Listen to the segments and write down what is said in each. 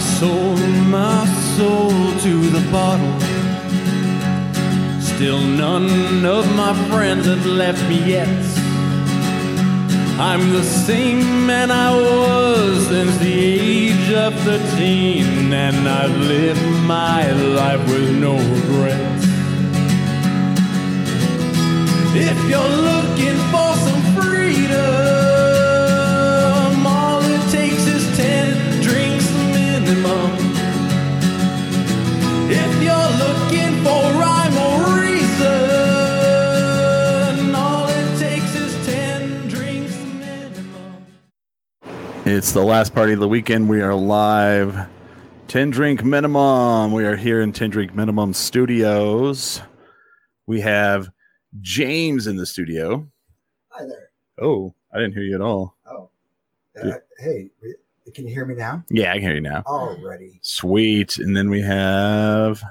sold my soul to the bottle. Still, none of my friends have left me yet. I'm the same man I was since the age of 13, and I've lived my life with no regrets. If you're looking for some freedom, all it takes is 10 drinks minimum. If you're looking for rhyme or reason, all it takes is 10 drinks minimum. It's the last party of the weekend. We are live. 10 Drink Minimum. We are here in 10 Drink Minimum Studios. We have James in the studio. Hi there. Oh, I didn't hear you at all. Oh, uh, Yeah. hey, re- can you hear me now? Yeah, I can hear you now. Already. Sweet. And then we have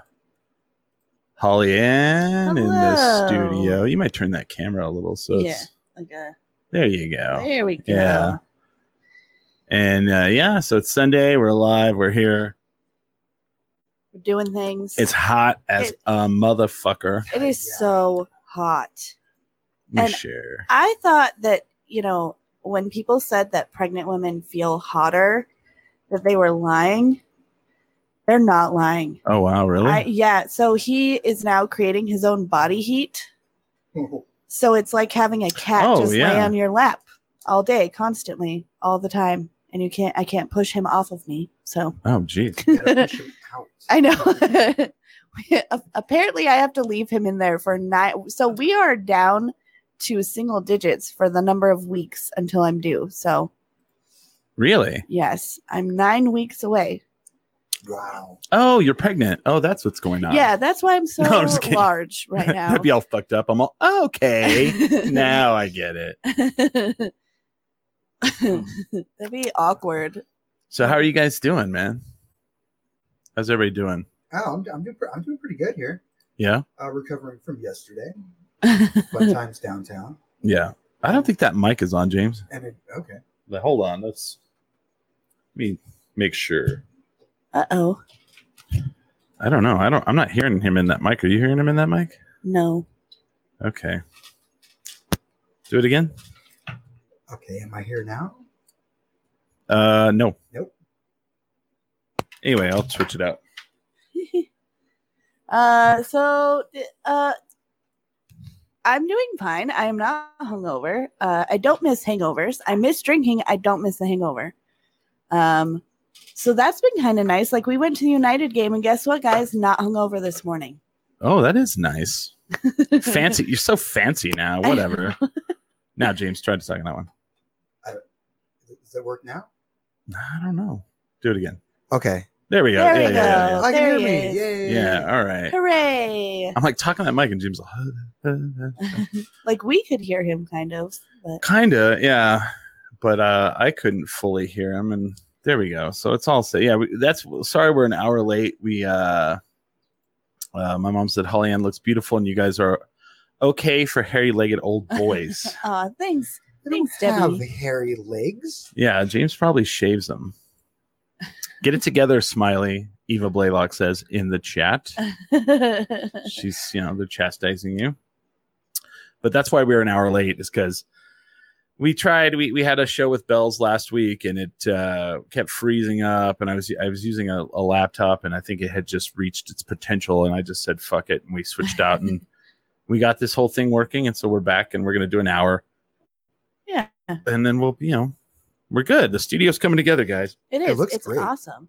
Holly Ann in the Hello. studio. You might turn that camera a little so Yeah. it's Okay. there you go. There we go. Oh, Yeah. And uh, yeah, so it's Sunday. We're live. We're here. We're doing things. It's hot as It- a motherfucker. It is Yeah. so hot. We And- share. I thought that, you know, when people said that pregnant women feel hotter, that they were lying. They're not lying. Oh wow, really? I, yeah. So he is now creating his own body heat. So it's like having a cat Oh, just lay yeah. on your lap all day, constantly, all the time. And you can't, I can't push him off of me. So oh geez. Gotta push him out. I know. Apparently, I have to leave him in there for nine. So we are down to single digits for the number of weeks until I'm due. So Really? yes, I'm nine weeks away. Wow. Oh, you're pregnant. Oh, that's what's going on. Yeah, that's why I'm so No, I'm just kidding. large right now. I'd be all fucked up. I'm all okay. now I get it. That'd be awkward. So how are you guys doing, man? How's everybody doing? Oh, I'm, I'm, doing, pre- I'm doing pretty good here. Yeah? Uh, recovering from yesterday. Fun That's times downtown. Yeah. I don't think that mic is on, James. And it, okay. But hold on. Let's let me make sure. Uh oh. I don't know. I don't I'm not hearing him in that mic. Are you hearing him in that mic? No. Okay. Do it again? Okay. Am I here now? Uh no. Nope. Anyway, I'll switch it out. uh, so uh, I'm doing fine. I am not hungover. Uh, I don't miss hangovers. I miss drinking. I don't miss the hangover. Um, so that's been kind of nice. Like we went to the United game, and guess what, guys? Not hungover this morning. Oh, that is nice. fancy. You're so fancy now. I Whatever. now, James, try to suck on that one. Does that work now? I don't know. Do it again. Okay. There we go. There we yeah, yeah, go. I there can he hear is. me. yeah, Yay. yeah. Yeah, All right. Hooray! I'm like talking that mic, and James like, "Huh, huh, huh." Like we could hear him, kind of. But kinda, yeah, but uh, I couldn't fully hear him, and there we go. So it's all set. Yeah, we, that's sorry we're an hour late. We uh, uh, my mom said Holly Ann looks beautiful, and you guys are okay for hairy-legged old boys. uh, thanks. They don't Thanks, have Debbie. hairy legs. Yeah, James probably shaves them. Get it together, Smiley. Eva Blaylock says in the chat. She's, you know, they're chastising you. But that's why we were an hour late, is because we tried. We, we had a show with bells last week, and it uh, kept freezing up. And I was I was using a, a laptop, and I think it had just reached its potential. And I just said fuck it, and we switched out, and we got this whole thing working. And so we're back, and we're gonna do an hour. Yeah. and then we'll you know we're good. The studio's coming together, guys. It It is. looks it's great. awesome.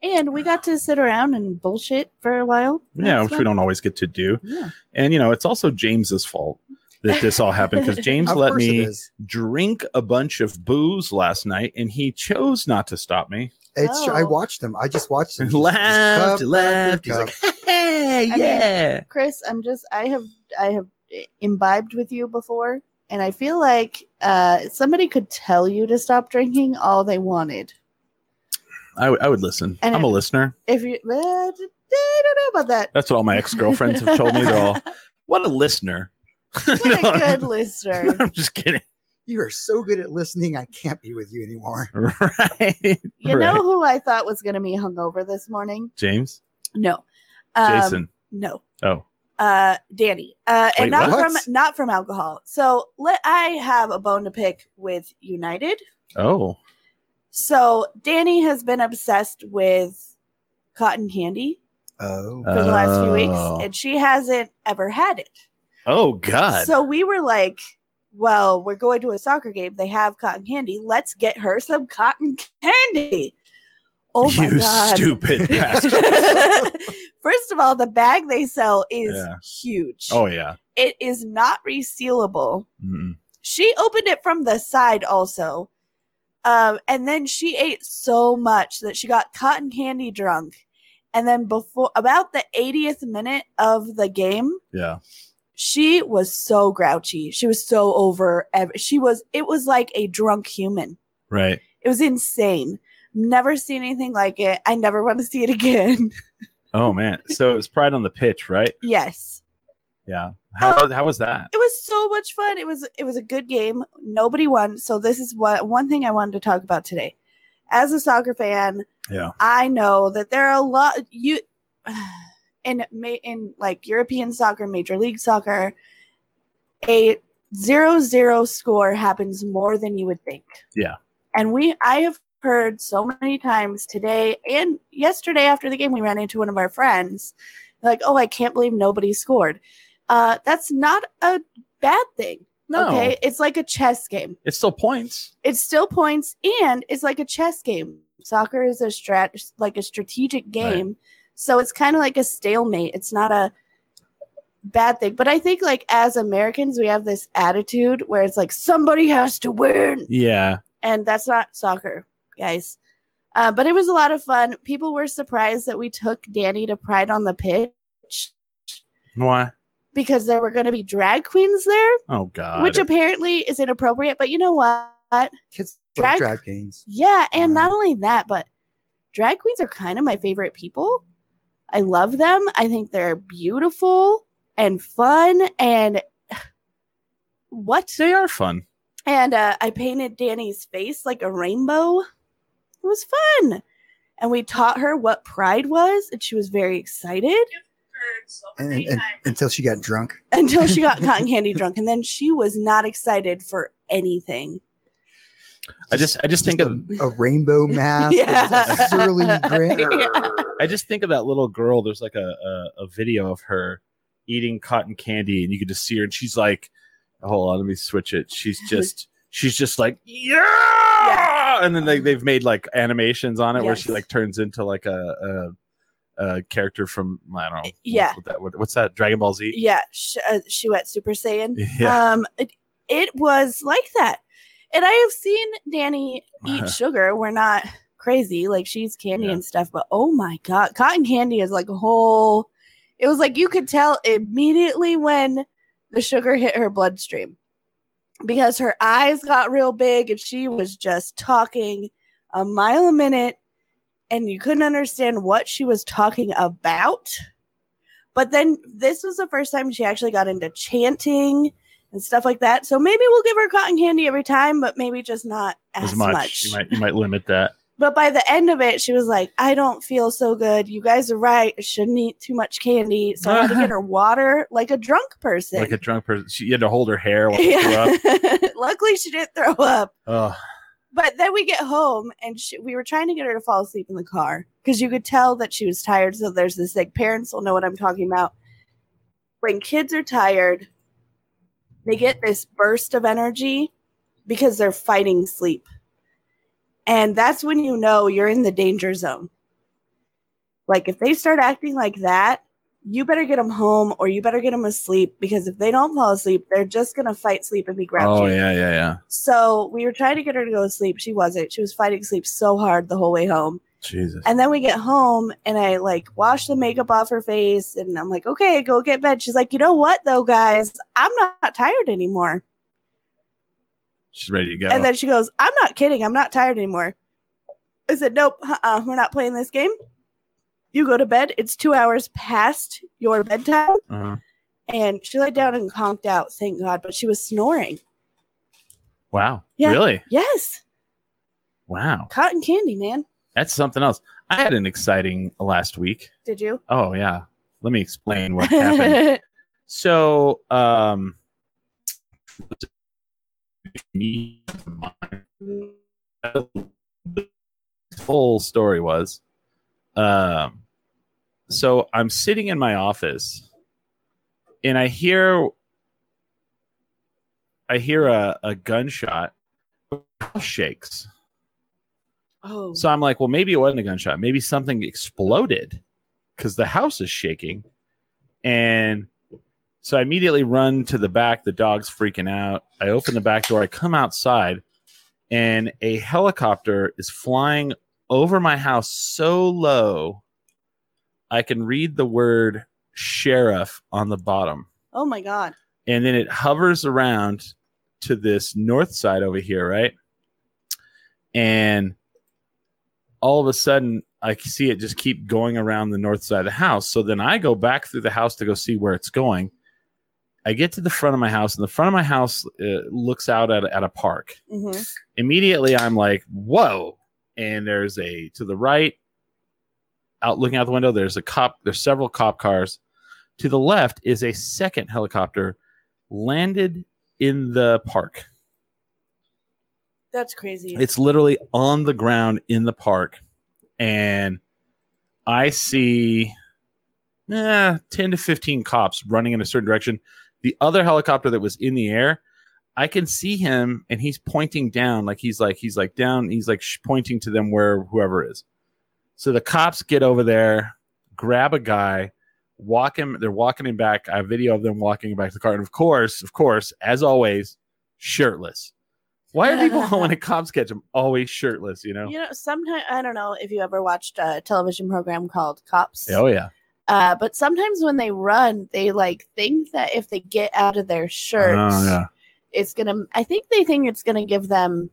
And we got to sit around and bullshit for a while. Yeah, That's which we don't always get to do. fun. Yeah. And you know, it's also James's fault that this all happened because James Of let course me It, is. drink a bunch of booze last night, and he chose not to stop me. It's true. I Oh. watched them. I just watched them. And laughed, Cup, laughed. He's cup. like, "Hey, I mean- yeah." Chris, I'm just I have I have imbibed with you before, and I feel like uh, somebody could tell you to stop drinking all they wanted. I would- I would listen. And I'm a it- listener. If you, eh, I don't know about that. That's what all my ex girlfriends have told me. They're all, "What a listener." What No, a good I'm- listener. I'm just kidding. You are so good at listening. I can't be with you anymore. right. You know Right. who I thought was going to be hungover this morning? James? No. Um, Jason. No. Oh. Uh, Danny. Uh, Wait, and not what? from not from alcohol. So let I have a bone to pick with United. Oh. So Danny has been obsessed with cotton candy Oh, for the last few Oh. weeks, and she hasn't ever had it. Oh God. So we were like, well, we're going to a soccer game. They have cotton candy. Let's get her some cotton candy. Oh my you god. stupid bastard. First of all, the bag they sell is Yeah. huge. Oh yeah. It is not resealable. Mm-mm. She opened it from the side also. Um, and then she ate so much that she got cotton candy drunk. And then before about the 80th minute of the game, Yeah. she was so grouchy. She was so over. ev- She was, it was like a drunk human. Right. It was insane. Never seen anything like it. I never want to see it again. Oh man. So it was pride on the pitch, right? yes. Yeah. Oh. How how was that? It was so much fun. It was, it was a good game. Nobody won. So this is what, one thing I wanted to talk about today. As a soccer fan, Yeah. I know that there are a lot you in ma- in like European soccer, Major League Soccer, a zero zero score happens more than you would think. Yeah. And we I have heard so many times today and yesterday after the game we ran into one of our friends like, "Oh, I can't believe nobody scored." Uh that's not a bad thing. No. Okay? It's like a chess game It's still points. it's still points and it's like a chess game soccer is a strat like a strategic game so it's kind of like a stalemate it's not a bad thing but i think like as americans we have this attitude where it's like somebody has to win Yeah. and that's not soccer guys uh, but it was a lot of fun people were surprised that we took danny to pride on the pitch Why? because there were going to be drag queens there Oh God. which apparently is inappropriate but you know what kids love Drag- drag games. Yeah, and Wow. not only that, but drag queens are kind of my favorite people. I love them. I think they're beautiful and fun and what? they are fun. And uh, I painted Danny's face like a rainbow. It was fun. And we taught her what pride was, and she was very excited And, and- and- until she got drunk. until she got cotton candy drunk. And then she was not excited for anything. I just I just think Just of a, a rainbow mask. Yeah. yeah. Surly grin. I just think of that little girl. There's like a, a, a video of her eating cotton candy, and you can just see her, and she's like, "Hold on, let me switch it." She's just she's just like, "Yeah!" And then they, they've made like animations on it where she Yes. like turns into like a, a, a character from I don't know, Yeah. what that, what, what's that Dragon Ball Z? Yeah, sh- uh, she went Super Saiyan. Yeah, Um, it, it was like that. And I have seen Danny eat sugar. We're not crazy. Like she's candy Uh-huh. Yeah. and stuff, but oh my God, cotton candy is like a whole. It was like you could tell immediately when the sugar hit her bloodstream because her eyes got real big and she was just talking a mile a minute and you couldn't understand what she was talking about. But then this was the first time she actually got into chanting and stuff like that. So maybe we'll give her cotton candy every time, but maybe just not as as much. much. you might you might limit that. But by the end of it, she was like, I don't feel so good. You guys are right. I shouldn't eat too much candy. So I had to get her water like a drunk person. Like a drunk person, she you had to hold her hair while she threw yeah. up. Luckily, she didn't throw up. Ugh. But then we get home and she, we were trying to get her to fall asleep in the car because you could tell that she was tired. So there's this like parents will know what I'm talking about. When kids are tired, they get this burst of energy because they're fighting sleep. And that's when you know you're in the danger zone. Like if they start acting like that, you better get them home or you better get them asleep because if they don't fall asleep, they're just going to fight sleep and be grouchy. Oh yeah, yeah, yeah. So we were trying to get her to go to sleep. She wasn't. She was fighting sleep so hard the whole way home. Jesus. And then we get home and I like wash the makeup off her face and I'm like, okay, go get bed. She's like, you know what though, guys? I'm not tired anymore. She's ready to go. And then she goes, I'm not kidding. I'm not tired anymore. I said, nope, uh-uh, we're not playing this game. You go to bed. It's two hours past your bedtime. uh-huh. And she laid down and conked out, thank God, but she was snoring. Wow. Yeah. Really? Yes, Wow. cotton candy, man. That's something else. I had an exciting last week. Did you? Oh yeah. Let me explain what happened. so um full story was um so I'm sitting in my office and I hear I hear a, a gunshot shakes. oh, So I'm like, well, maybe it wasn't a gunshot. Maybe something exploded because the house is shaking. And so I immediately run to the back. The dog's freaking out. I open the back door. I come outside, and a helicopter is flying over my house so low, I can read the word sheriff on the bottom oh my God. and then it hovers around to this north side over here, right? And all of a sudden, I see it just keep going around the north side of the house. So then I go back through the house to go see where it's going. I get to the front of my house, and the front of my house uh, looks out at, at a park Mm-hmm. hmm immediately I'm like, whoa. And there's a to the right, out looking out the window, there's a cop, there's several cop cars. To the left is a second helicopter landed in the park. That's crazy. It's literally on the ground in the park. And I see eh, 10 to 15 cops running in a certain direction. The other helicopter that was in the air, I can see him and he's pointing down. Like he's like, he's like down. He's like sh- pointing to them where whoever is. So the cops get over there, grab a guy, walk him. They're walking him back. I have video of them walking back to the car. And of course, of course, as always, shirtless. Why are people when the cops catch them always shirtless? You know. you know, sometimes I don't know if you ever watched a television program called Cops. Oh yeah. Uh, but sometimes when they run, they like think that if they get out of their shirts, Oh yeah. it's gonna. I think they think it's gonna give them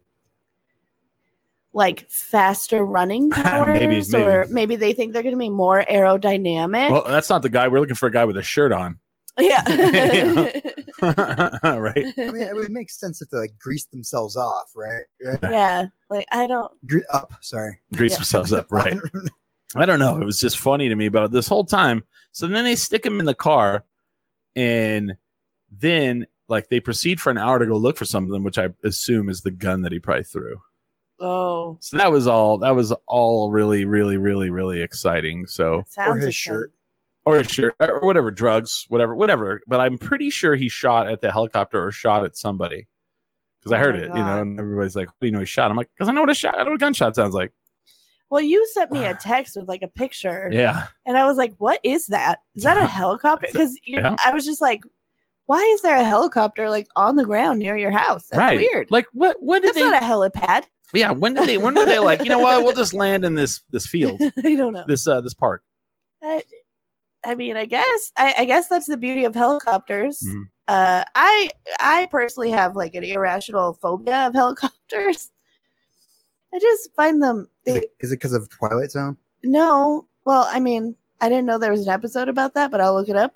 like faster running powers, Maybe, maybe. or maybe they think they're gonna be more aerodynamic. Well, that's not the guy. We're looking for a guy with a shirt on, yeah. right? I mean, it would make sense if they like greased themselves off, right? right? yeah. Like I don't. Gre- up, sorry. Grease Yeah. themselves up, right? I don't know. It was just funny to me about this whole time. So then they stick him in the car, and then like they proceed for an hour to go look for something, which I assume is the gun that he probably threw. Oh, So that was all. That was all really, really, really, really exciting. So sounds his like shirt. or his shirt or whatever drugs whatever whatever but i'm pretty sure he shot at the helicopter or shot at somebody because i Oh heard my it you God. know and everybody's like what do you know he shot i'm like because i know what a shot i know what a gunshot sounds like Well, you sent me a text with like a picture, yeah and I was like, "What is that? Is that a helicopter?" Because Yeah. I was just like, "Why is there a helicopter like on the ground near your house? That's right weird. like what when did That's they not a helipad. yeah when did they when were they like you know what we'll just land in this this field I don't know. this uh this park I, I mean, I guess I, I guess that's the beauty of helicopters. Mhm. Uh, I I personally have like an irrational phobia of helicopters. I just find them. Is They, it because of Twilight Zone? No. Well, I mean, I didn't know there was an episode about that, but I'll look it up.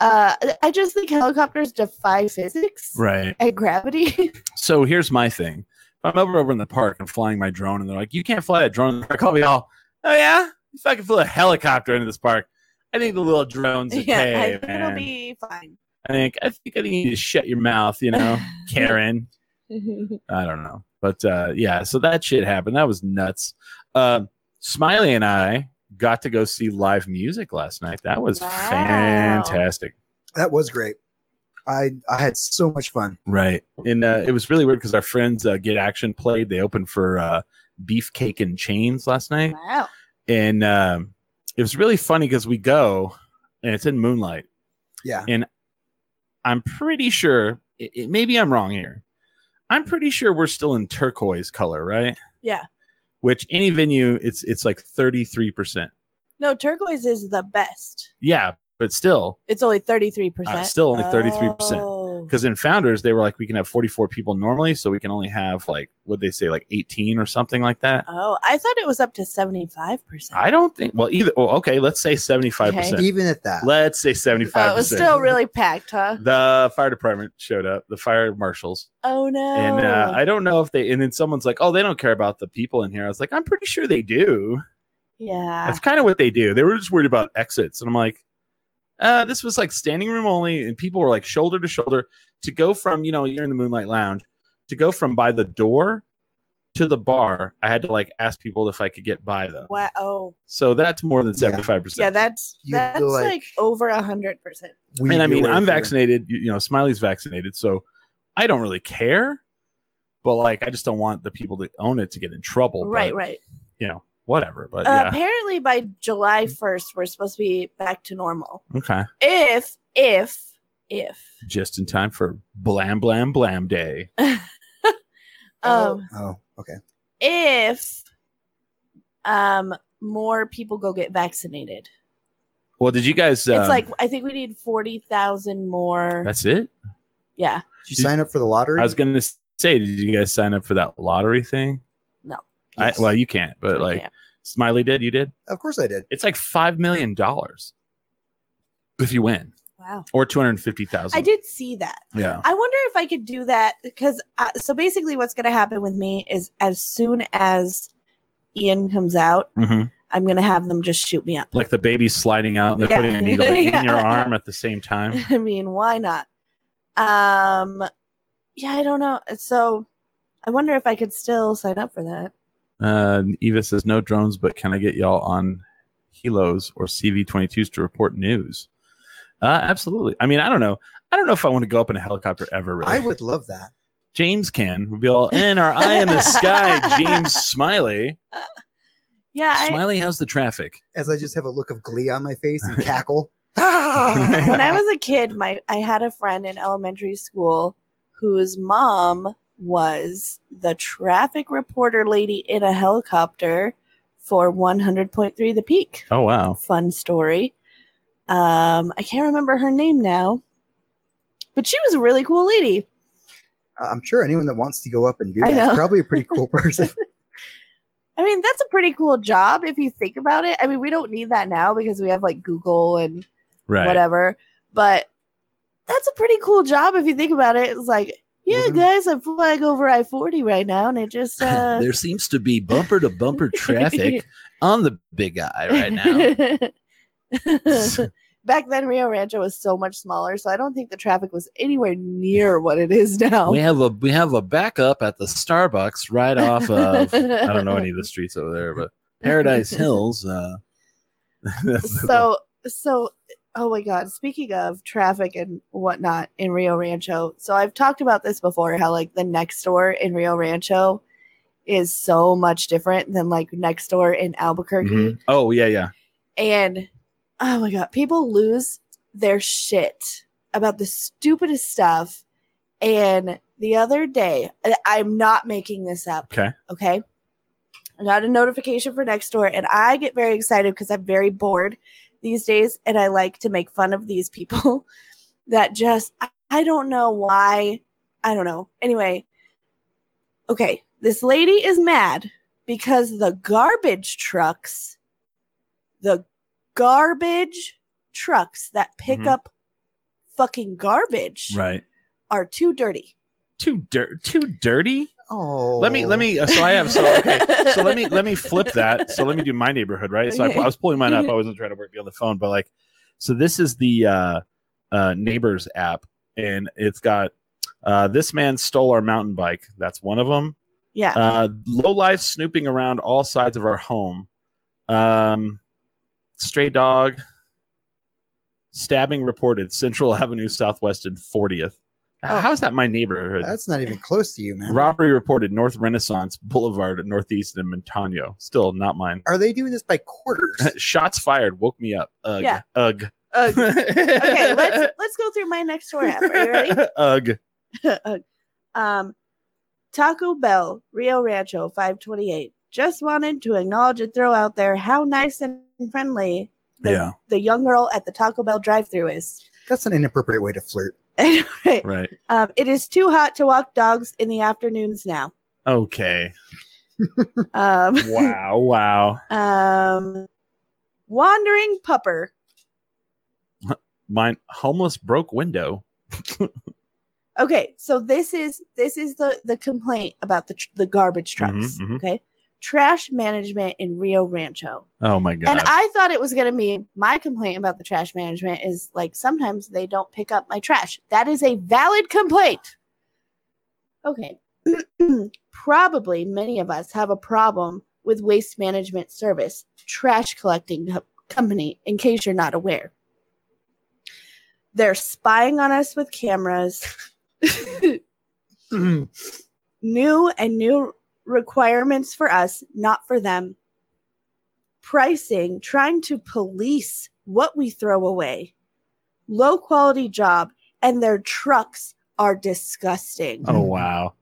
Uh, I just think helicopters defy physics right and gravity. so here's my thing if i'm over over in the park and flying my drone and they're like you can't fly a drone in the park i'll be all oh yeah if i can fly a helicopter into this park i think the little drones okay, I think man. it'll be fine. I think I think I think you need to shut your mouth, you know, Karen. I don't know, but uh, yeah. So that shit happened. That was nuts. Um Smiley and I got to go see live music last night. That was Wow. fantastic. That was great. I I had so much fun. Right, and uh, it was really weird because our friends uh, Get Action played. They opened for uh, Beefcake and Chains last night, wow. and um, it was really funny because we go and it's in Moonlight. Yeah. I'm pretty sure. It, it- maybe I'm wrong here. I'm pretty sure we're still in turquoise color, right? Yeah. Which any venue, it's it's like 33 percent. No, turquoise is the best. Yeah, but still, It's only 33%. Uh, still only 33%. Oh. because in founders they were like we can have 44 people normally so we can only have like what they say like 18 or something like that Oh, I thought it was up to 75%. i don't think well either well, okay let's say 75% Okay. Even at that, let's say Oh, 75% it was still really packed, huh? the fire department showed up the fire marshals Oh no. and uh, i don't know if they and then someone's like oh they don't care about the people in here i was like i'm pretty sure they do yeah. that's kind of what they do they were just worried about exits and i'm like uh, this was like standing room only and people were like shoulder to shoulder to go from you know you're in the moonlight lounge to go from by the door to the bar i had to like ask people if i could get by them Wow. Oh. so that's more than Yeah. 75% Yeah, that's You that's feel like, like- over a hundred percent. we and I do mean, it I'm for- vaccinated. You, you know, Smiley's vaccinated, so I don't really care. But like, I just don't want the people that own it to get in trouble. Right, but, right. You know, whatever. But Uh, apparently by July first we're supposed to be back to normal. yeah, okay. If if if Just in time for blam blam blam day. um Oh, okay. if um more people go get vaccinated. Well, did you guys? Um, it's like I think we need forty thousand more. that's it. yeah. Did you sign up for the lottery? I was gonna say, did you guys sign up for that lottery thing? No. I, Yes. well, you can't. But we like, can't. Smiley did. You did. of course I did. It's like five million dollars if you win, wow. or two hundred fifty thousand. I did see that. Yeah. I wonder if I could do that because uh, so basically, what's going to happen with me is as soon as Ian comes out, Mm-hmm. I'm going to have them just shoot me up. like the baby's sliding out and they're Yeah. putting a needle in your Yeah. arm at the same time. I mean, why not? Um, yeah, I don't know. So I wonder if I could still sign up for that. Uh, Eva says, No drones, but can I get y'all on helos or CV 22s to report news? Uh, absolutely. I mean, I don't know. I don't know if I want to go up in a helicopter ever, really. I would love that. James can. We'll be all in our eye in the sky, James Smiley. Yeah, I, Smiley, how's the traffic? As I just have a look of glee on my face and cackle. when I was a kid, my I had a friend in elementary school whose mom was the traffic reporter lady in a helicopter for 100.3 The Peak. Oh, wow. fun story. Um, I can't remember her name now, but she was a really cool lady. I'm sure anyone that wants to go up and do I that know. is probably a pretty cool person. I mean, that's a pretty cool job if you think about it. I mean, we don't need that now because we have like Google and Right. whatever, but that's a pretty cool job if you think about it. It's like, yeah, Wasn't- guys, I'm flying over I 40 right now, and it just, uh, seems to be bumper to bumper on the big eye Back then, Rio Rancho was so much smaller, so I don't think the traffic was anywhere near what it is now. have a we have a backup at the Starbucks right off of I don't know any of the streets over there, but Paradise Hills. Uh, so so oh my god speaking of traffic and whatnot in rio rancho so i've talked about this before how like the next door in rio rancho is so much different than like next door in albuquerque Mhm. oh yeah, yeah. and oh my god people lose their shit about the stupidest stuff and the other day I- i'm not making this up Okay. okay i got a notification for next door and i get very excited because i'm very bored these days and i like to make fun of these people that just I- i don't know why i don't know anyway okay this lady is mad because the garbage trucks the garbage trucks that pick Mhm. up fucking garbage Right. are too dirty Too dirt. Too dirty. Oh, Let me. Let me. uh, so I have. So okay. So let me. Let me flip that. So let me do my neighborhood. Right. So I, I was pulling mine up. I wasn't trying to work on the phone, but like, so this is the uh, uh, neighbors app, and it's got uh, this man stole our mountain bike. That's one of them. yeah uh, low life snooping around all sides of our home. Um, stray dog stabbing reported Central Avenue Southwest and 40th. Oh. How is that my neighborhood? That's not even close to you, man. Robbery reported North Renaissance Boulevard at Northeast and Montano. Still not mine. Are they doing this by quarters? Shots fired woke me up. Ugh. Yeah. Ugh. Ugh. okay, okay, let's let's go through my next door app. Are you ready? Ugh. Ugh. um, Taco Bell, Rio Rancho, five twenty eight. Just wanted to acknowledge and throw out there how nice and friendly the, Yeah. the young girl at the Taco Bell drive thru is. That's an inappropriate way to flirt. Anyway, Right. um, it is too hot to walk dogs in the afternoons now. Okay. Um, Wow. Wow. um, wandering pupper. Mine homeless broke window. Okay, so this is this is the the complaint about the tr- the garbage trucks. Mhm, mhm. Okay, trash management in Rio Rancho. Oh my god. And I thought it was going to be my complaint about the trash management is like sometimes they don't pick up my trash. That is a valid complaint. Okay. Probably many of us have a problem with waste management service, trash collecting co- company, in case you're not aware. They're spying on us with cameras. new and new requirements for us, not for them. Pricing, trying to police what we throw away. Low quality job, and their trucks are disgusting. oh wow.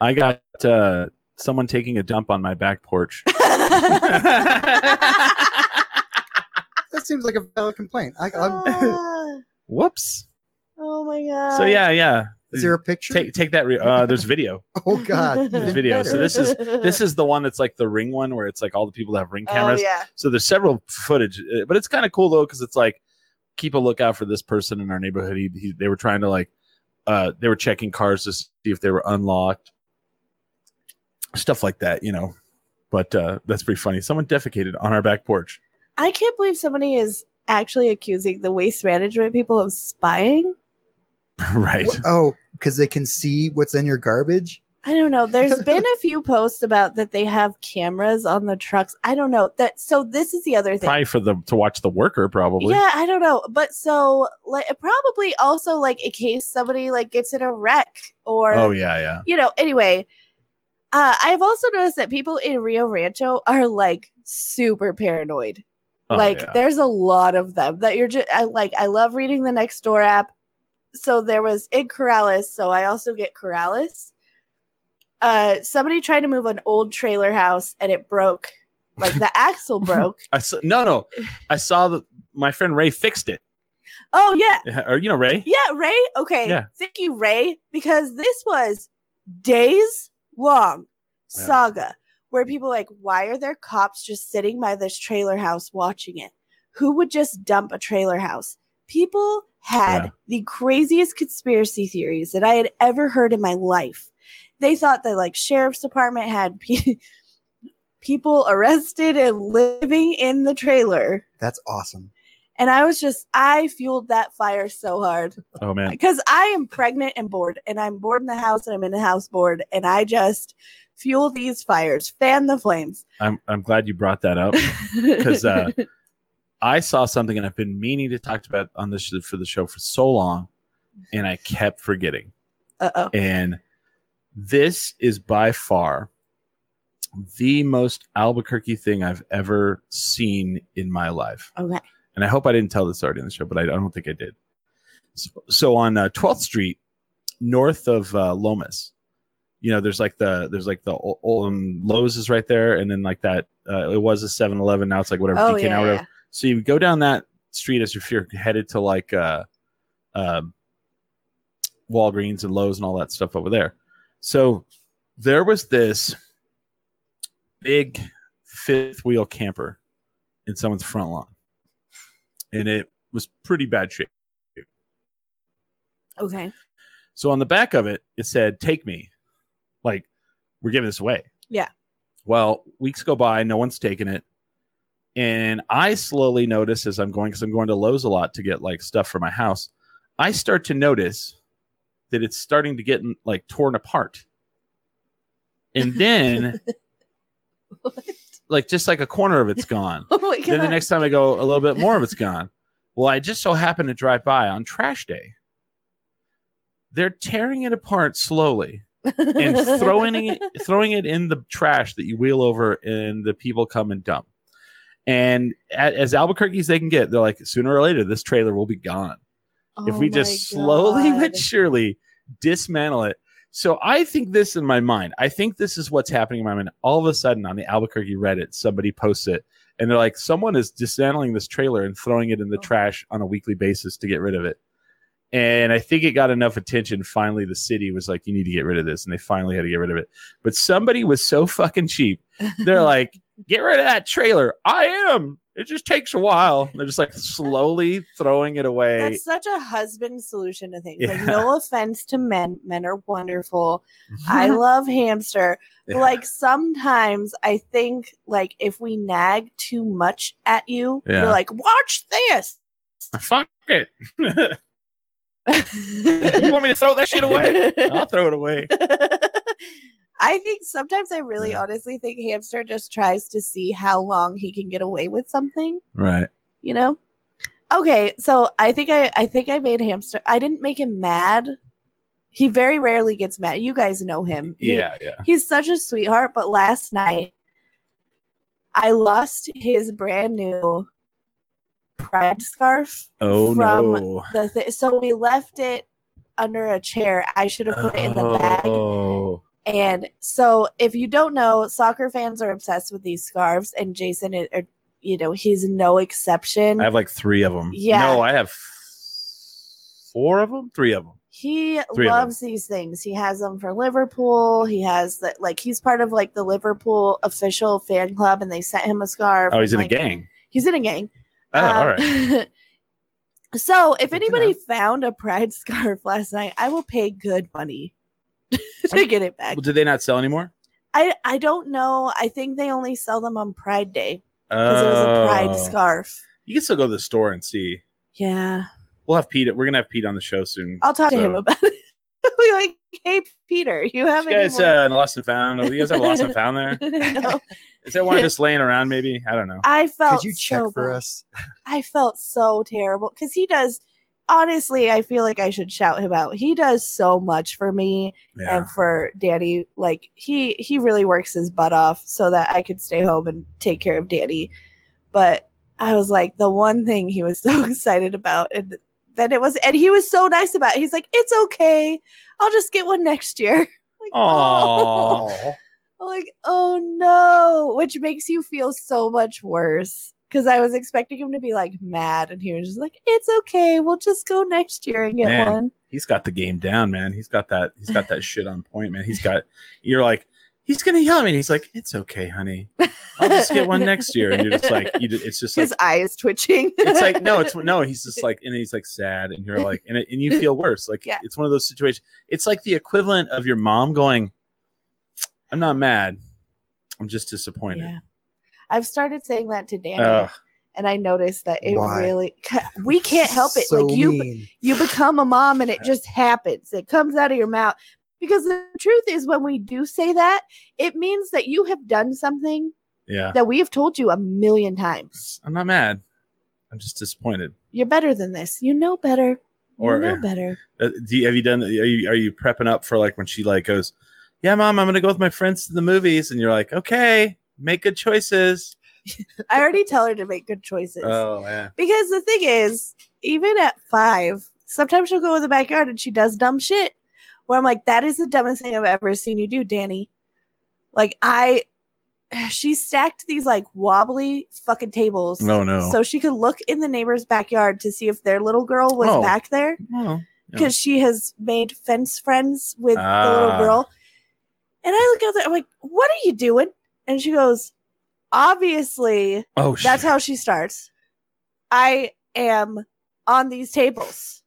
I got uh, someone taking a dump on my back porch. That seems like a valid complaint. I, I'm, Ah, Whoops. oh my god. So yeah, yeah. is there a picture? Take take that. Re- uh, there's video. oh God, There's even video, so better. this is- This is the one that's like the ring one, where it's like all the people that have ring Oh, cameras. yeah. So there's several footage, uh, but it's kind of cool though because it's like keep a lookout for this person in our neighborhood. He, he they were trying to like uh they were checking cars to see if they were unlocked, stuff like that, you know. But uh that's pretty funny. Someone defecated on our back porch. I can't believe somebody is actually accusing the waste management people of spying. right. Wh- Oh, because they can see what's in your garbage. I don't know. There's been a few posts about that they have cameras on the trucks. I don't know. That so this is the other thing. Probably for the to watch the worker. Probably. Yeah, I don't know. But so like probably also like in case somebody like gets in a wreck or Oh yeah, yeah. you know, anyway. Uh, I've also noticed that people in Rio Rancho are like super paranoid. Oh, like yeah. there's a lot of them that you're just I, like I love reading the next door app. So there was in Corrales, so I also get Corrales. Uh, somebody tried to move an old trailer house and it broke, like the axle broke. I saw, no no. I saw that my friend Ray fixed it. Oh yeah, Or you know Ray. Yeah, Ray. Okay. Yeah. Thank you, Ray, because this was days long Yeah. saga where people like, why are there cops just sitting by this trailer house watching it? Who would just dump a trailer house? People had Yeah. the craziest conspiracy theories that I had ever heard in my life. They thought that like sheriff's department had pe- people arrested and living in the trailer. That's awesome. And I was just, I fueled that fire so hard Oh man. because I am pregnant and bored, and I'm bored in the house, and I'm in the house bored, and I just fuel these fires, fan the flames. I'm I'm glad you brought that up. Because uh, I saw something and I've been meaning to talk about on this sh- for the show for so long, and I kept forgetting. oh, And this is by far the most Albuquerque thing I've ever seen in my life. okay, And I hope I didn't tell this already on the show, but I, I don't think I did. So, so on uh, 12th Street, north of uh, Lomas, you know, there's like the there's like the old, um, Lowe's is right there, and then like that uh, it was a 7-Eleven. Now it's like whatever oh DK now, yeah, whatever. yeah. So you go down that street as if you're headed to like uh, um, Walgreens and Lowe's and all that stuff over there. So there was this big fifth wheel camper in someone's front lawn, and it was pretty bad shape. okay, So on the back of it, it said, "Take me," like we're giving this away. Yeah. Well, weeks go by, no one's taking it, and I slowly notice as I'm going because I'm going to Lowe's a lot to get like stuff for my house. I start to notice that it's starting to get like torn apart, and then like just like a corner of it's gone. oh my god, Then the next time I go, a little bit more of it's gone. Well, I just so happened to drive by on trash day. They're tearing it apart slowly and throwing it, throwing it in the trash that you wheel over, and the people come and dump. And a- as Albuquerque as they can get, they're like, sooner or later, this trailer will be gone if Oh we my just slowly God. but surely dismantle it. So I think this in my mind. I think this is what's happening in my mind. All of a sudden on the Albuquerque Reddit, somebody posts it and they're like, someone is dismantling this trailer and throwing it in the Oh. trash on a weekly basis to get rid of it. And I think it got enough attention. Finally, the city was like, you need to get rid of this. And they finally had to get rid of it. But somebody was so fucking cheap. They're like, get rid of that trailer. I am. It just takes a while. And they're just like slowly throwing it away. That's such a husband solution to things. Yeah. Like, no offense to men. Men are wonderful. I love hamster. But, Like sometimes I think like if we nag too much at you, Yeah. you're like, watch this. fuck it. you want me to throw that shit away? I'll throw it away. I think sometimes I really Yeah. honestly think hamster just tries to see how long he can get away with something, Right. you know? Okay, so I think I I think I made hamster I didn't make him mad. He very rarely gets mad. You guys know him. He- Yeah. Yeah. he's such a sweetheart, but last night I lost his brand new pride scarf. Oh From no. The th- so we left it under a chair. I should have put it in the bag. Oh. And so, if you don't know, soccer fans are obsessed with these scarves, and Jason, is, er, you know, he's no exception. I have like three of them. Yeah. No, I have f- four of them. Three of them. he Three of them. loves these things. He has them for Liverpool. He has that, like, he's part of like the Liverpool official fan club, and they sent him a scarf. Oh, he's in and, a like, gang. He's in a gang. Oh, Um, all right. so, if to anybody found a pride scarf last night, I will pay good money to get it back. Well, do they not sell anymore? I I don't know. I think they only sell them on Pride Day because it was a Oh. pride scarf. You can still go to the store and see. Yeah, We'll have Pete. We're gonna have Pete on the show soon. I'll talk to So- him about it. we like, hey Peter, you have You guys, any uh, lost and found. You guys have lost and found there. more- No. Is that one just laying around? Maybe I don't know. I felt Could you check so for bad. us? I felt so terrible because he does. Honestly, I feel like I should shout him out. He does so much for me Yeah. and for Danny. Like he he really works his butt off so that I could stay home and take care of Danny. But I was like the one thing he was so excited about, and then it was, and he was so nice about. It. He's like, "It's okay, I'll just get one next year." Like, Aw. oh. Oh, I'm like, oh no, which makes you feel so much worse. Because I was expecting him to be like mad, and he was just like, "It's okay, we'll just go next year and get Man. one." He's got the game down, man. He's got that. He's got that shit on point, man. He's got. You're like, he's gonna yell at me. And he's like, it's okay, honey. I'll just get one next year. And you're just like, you, ju- it's just like His eye is twitching. it's like no it's no he's just like and he's like sad and you're like and, it, and you feel worse like Yeah. it's one of those situations it's like the equivalent of your mom going i'm not mad i'm just disappointed yeah. I've started saying that to Danny, Ugh. and I noticed that it Why? really we can't help it. So like you, mean. you become a mom and it just happens. It comes out of your mouth. Because the truth is, when we do say that, it means that you have done something yeah that we have told you a million times. i'm not mad i'm just disappointed You're better than this. You know better. Or- you know better. Uh, do you, have you done are you are you prepping up for like when she like goes yeah mom i'm gonna go with my friends to the movies and you're like okay make good choices I already tell her to make good choices. oh yeah because the thing is, even at five, sometimes she'll go in the backyard and she does dumb shit where I'm like, that is the dumbest thing I've ever seen you do, Danny. Like, I, she stacked these like wobbly fucking tables. no no So she could look in the neighbor's backyard to see if their little girl was Oh. back there no because she has made fence friends with the Ah. little girl. And I look out there, I'm like, what are you doing? And she goes, obviously, oh that's shit. how she starts. I am on these tables.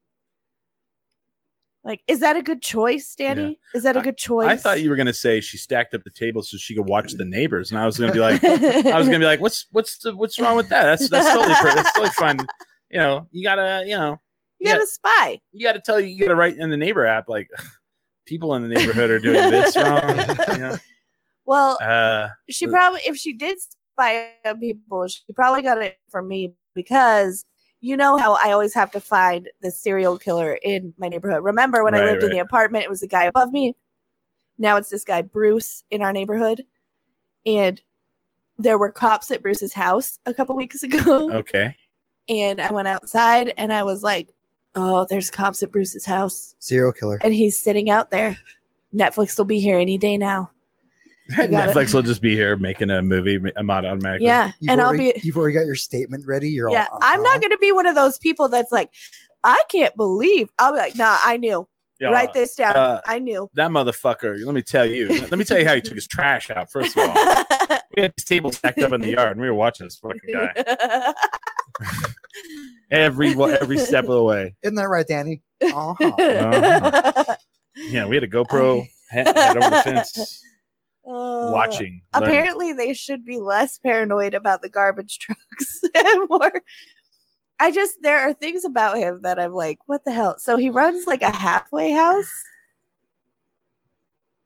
Like, is that a good choice, Danny? Is that a good choice? I thought you were gonna say she stacked up the table so she could watch the neighbors, and I was gonna be like, I was gonna be like, what's what's the, what's wrong with that? That's that's totally per- that's totally fun. You know, you gotta you know you got a spy. you gotta tell you you gotta write in the neighbor app like people in the neighborhood are doing this wrong. You know? Well, uh, she probably if she did spy on people, she probably got it from me because you know how I always have to find the serial killer in my neighborhood. Remember when I Right, lived in the apartment, it was the guy above me. Now it's this guy Bruce in our neighborhood, and there were cops at Bruce's house a couple weeks ago okay, and I went outside and I was like, "Oh, there's cops at Bruce's house, Serial killer. and he's sitting out there. Netflix will be here any day now." got it. Netflix will just be here making a movie, a mod automatically. Yeah, You've and I'll already, be You've already got your statement ready. You're yeah. all. I'm not uh-huh. gonna be one of those people that's like, I can't believe I'll be like, nah, I knew. Yeah. Write this down. Uh, I knew. that motherfucker. Let me tell you. Let me tell you how he took his trash out. First of all, we had this table stacked up in the yard, and we were watching this fucking guy every wa- every step of the way. Isn't that right, Danny? Uh-huh. Yeah, we had a GoPro head, head over the fence, Uh, watching. learning. Apparently, they should be less paranoid about the garbage trucks and more. I just there are things about him that I'm like, what the hell? So he runs like a halfway house,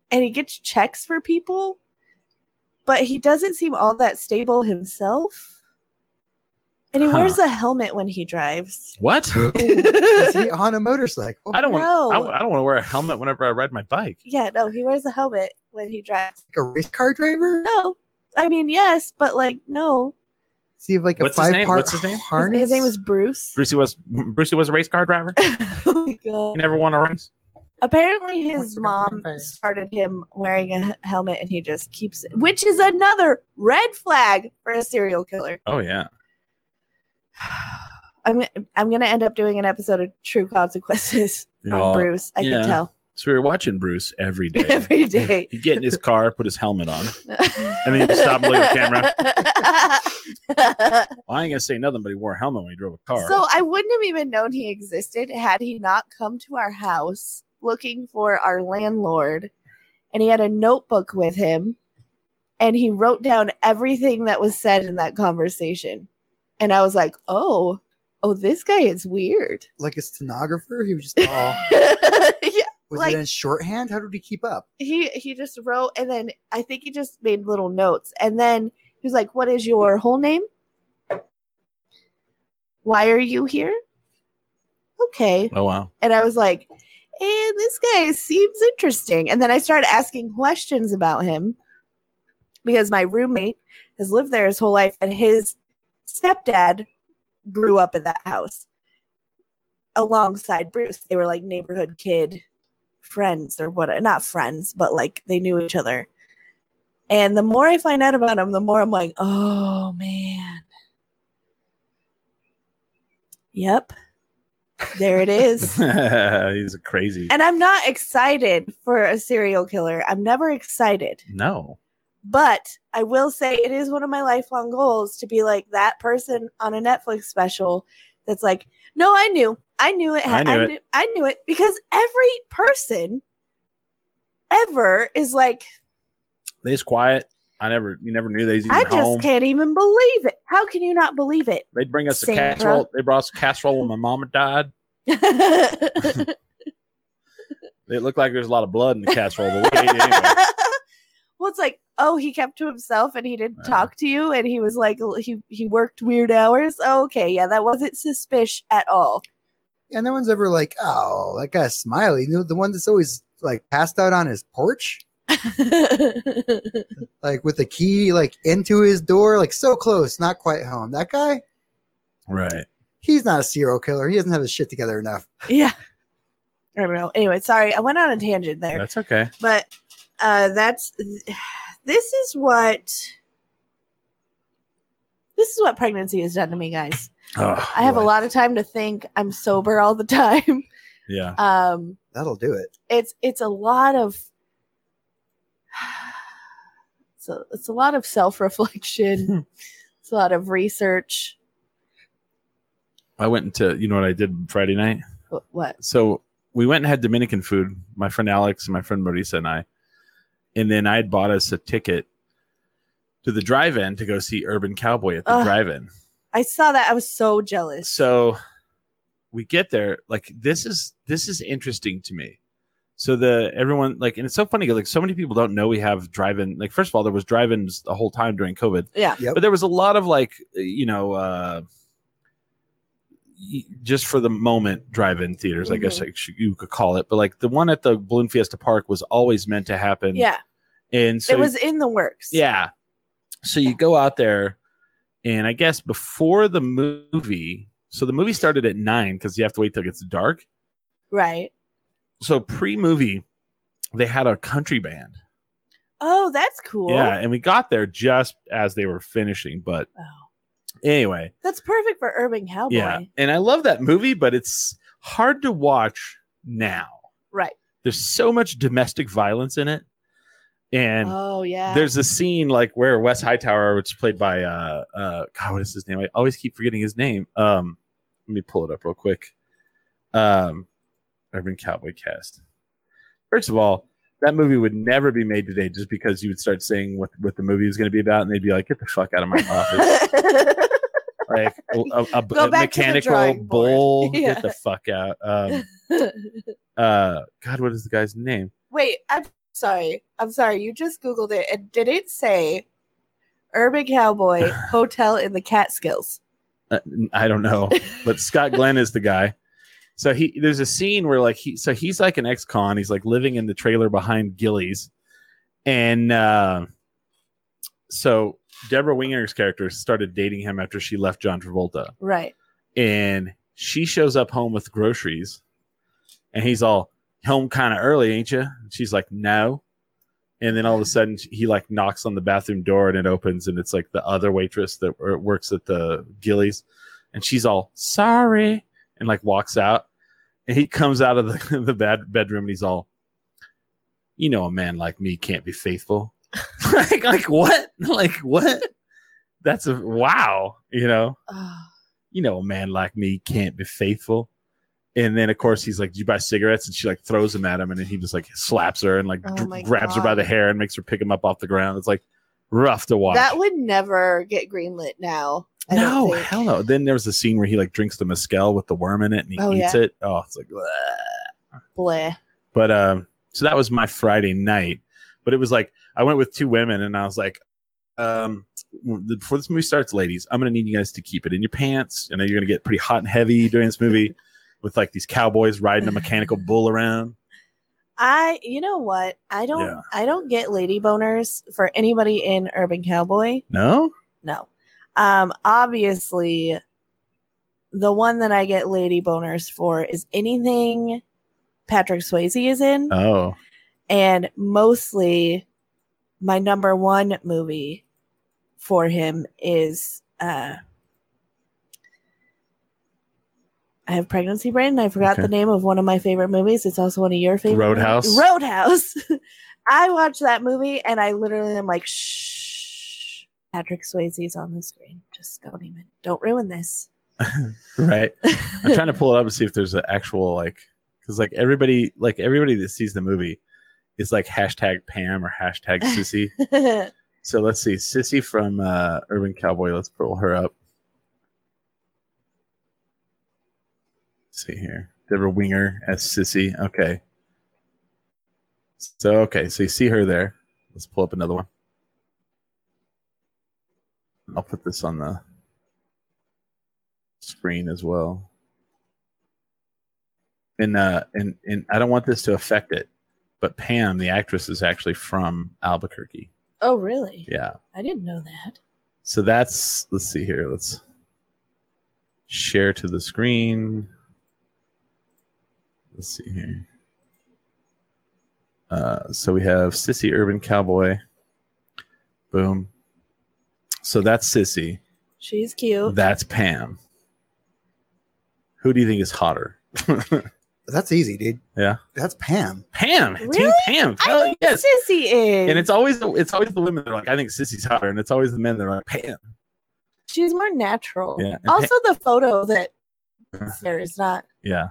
and he gets checks for people, but he doesn't seem all that stable himself. And he Huh. wears a helmet when he drives. What? Is he on a motorcycle? I don't want. No. I, I don't want to wear a helmet whenever I ride my bike. yeah, no, he wears a helmet when he drives. like a race car driver? No, I mean yes, but like no. See if like a What's his name? five part What's his name? His- his harness. His name was Bruce. Brucey was Brucey was a race car driver. oh my god. He never won a race. Apparently, What's his the mom vampire? started him wearing a he- helmet, and he just keeps it, which is another red flag for a serial killer. Oh yeah. I'm I'm gonna end up doing an episode of True Consequences on Oh, Bruce. I yeah. can tell So we were watching Bruce every day. every day. He'd get in his car, put his helmet on. And then he'd stop and look at the camera. Well, I ain't gonna say nothing, but he wore a helmet when he drove a car. so I wouldn't have even known he existed had he not come to our house looking for our landlord, and he had a notebook with him, and he wrote down everything that was said in that conversation, and I was like, oh, oh, this guy is weird. like a stenographer. He was just all yeah, was Like- it in shorthand? How did he keep up? he he just wrote, and then I think he just made little notes, and then he was like, what is your whole name? Why are you here? Okay. oh wow. And I was like, eh, this guy seems interesting. And then I started asking questions about him because my roommate has lived there his whole life and his stepdad grew up in that house alongside Bruce. They were like neighborhood kid friends or what not friends, but like they knew each other. And the more I find out about him, the more I'm like, oh man. Yep. There it is. He's a crazy. And I'm not excited for a serial killer. I'm never excited. No. But I will say it is one of my lifelong goals to be like that person on a Netflix special that's like, no, I knew. I knew it. I knew it." Knew, I knew it. Because every person ever is like, They just quiet. I never you never knew they was even I just home. can't even believe it. How can you not believe it? They'd bring us a Sandra. casserole. They brought us a casserole when my mama died. It looked like there's a lot of blood in the casserole, but we ate it anyway. well, it's like, oh, he kept to himself and he didn't Yeah. talk to you, and he was like, he he worked weird hours. Oh, okay, yeah, that wasn't suspicious at all. Yeah, no one's ever like, oh, that guy's smiley. You know, the one that's always like passed out on his porch, like with the key like into his door, like so close, not quite home. That guy, Right. he's not a serial killer. He doesn't have his shit together enough. yeah, I don't know. Anyway, sorry, I went on a tangent there, That's okay. but uh, that's this is what this is what pregnancy has done to me, guys. Oh, I have a boy. lot of time to think. I'm sober all the time. Yeah. Um, That'll do it. it's it's a lot of it's a, it's a lot of self-reflection it's a lot of research I went into you know what I did Friday night? Wh- what so we went and had Dominican food. My friend Alex and my friend Marisa and I, and then I had bought us a ticket to the drive-in to go see Urban Cowboy at the Ugh. drive-in. i saw that i was so jealous So we get there, like this is this is interesting to me. So the everyone like, and it's so funny 'cause, like so many people don't know we have drive-in. Like first of all, there was drive-ins the whole time during COVID, yeah Yep. but there was a lot of like you know uh y- just for the moment drive-in theaters i Mm-hmm. guess I sh- you could call it but like the one at the balloon fiesta park was always meant to happen yeah and so it was in the works yeah so you go out there and i guess before the movie so the movie started at nine because you have to wait till it gets dark right so pre-movie they had a country band oh that's cool yeah and we got there just as they were finishing but Oh. anyway that's perfect for urban cowboy Yeah, and I love that movie, but it's hard to watch now. Right. There's so much domestic violence in it. And oh yeah. there's a scene like where Wes Hightower, which is played by uh uh God, what is his name? I always keep forgetting his name. Um let me pull it up real quick. Um Urban Cowboy Cast. First of all, that movie would never be made today just because you would start saying what, what the movie is going to be about, and they'd be like, "Get the fuck out of my office!" like a, a- a- Go a back to the mechanical drawing board. bull. Yeah. Get the fuck out. Um, uh, God, what is the guy's name? Wait, I'm sorry. I'm sorry. You just googled it and did it say Urban Cowboy Hotel in the Catskills? Uh, I don't know, but Scott Glenn is the guy. So he there's a scene where like he so he's like an ex-con. He's like living in the trailer behind Gillies, and uh, so Deborah Winger's character started dating him after she left John Travolta. Right. and she shows up home with groceries and he's all home kind of early ain't you and she's like no and then all of a sudden he like knocks on the bathroom door and it opens and it's like the other waitress that wor- works at the gillies and she's all sorry and like walks out and he comes out of the, the bad bedroom and he's all you know a man like me can't be faithful like like what like what that's a wow you know Oh, you know, a man like me can't be faithful. And then, of course, he's like, Do you buy cigarettes? And she like throws them at him. And then he just like slaps her and like Oh dr- my grabs her God. by the hair and makes her pick him up off the ground. It's like rough to watch. that would never get greenlit now. I don't no, think. hell no. Then there was a scene where he like drinks the mezcal with the worm in it and he Oh, eats it. Oh, it's like, bleh. Bleh. But um, so that was my Friday night. But it was like I went with two women, and I was like, um, the- before this movie starts, ladies, I'm gonna need you guys to keep it in your pants. I know you're gonna get pretty hot and heavy during this movie with like these cowboys riding a mechanical bull around. I you know what? I don't Yeah. I don't get lady boners for anybody in Urban Cowboy. No, No. Um obviously the one that I get lady boners for is anything Patrick Swayze is in. oh, and mostly my number one movie for him is uh I have pregnancy brain and I forgot Okay. the name of one of my favorite movies. It's also one of your favorite Roadhouse? movies. Roadhouse. I watched that movie and I literally am like shh Patrick Swayze's on the screen. Just don't even don't ruin this. right. I'm trying to pull it up and see if there's an actual like, because like everybody, like everybody that sees the movie is like hashtag Pam or hashtag Sissy. So let's see, Sissy from uh, Urban Cowboy. Let's pull her up. see here, Deborah Winger as Sissy. Okay. So okay, so you see her there. Let's pull up another one. I'll put this on the screen as well. And uh, and and I don't want this to affect it, but Pam, the actress, is actually from Albuquerque. oh really? Yeah. I didn't know that. So that's let's see here. Let's share to the screen. Let's see here. Uh, so we have Sissy Urban Cowboy. Boom. So that's Sissy. She's cute. That's Pam. Who do you think is hotter? That's easy, dude. Yeah. That's Pam. Pam. Team Really? Pam. I Hell think Oh, yes. Sissy is. And it's always it's always the women that are like, I think Sissy's hotter, and it's always the men that are like, Pam. She's more natural. Yeah, and Also, the photo that there is not. Yeah.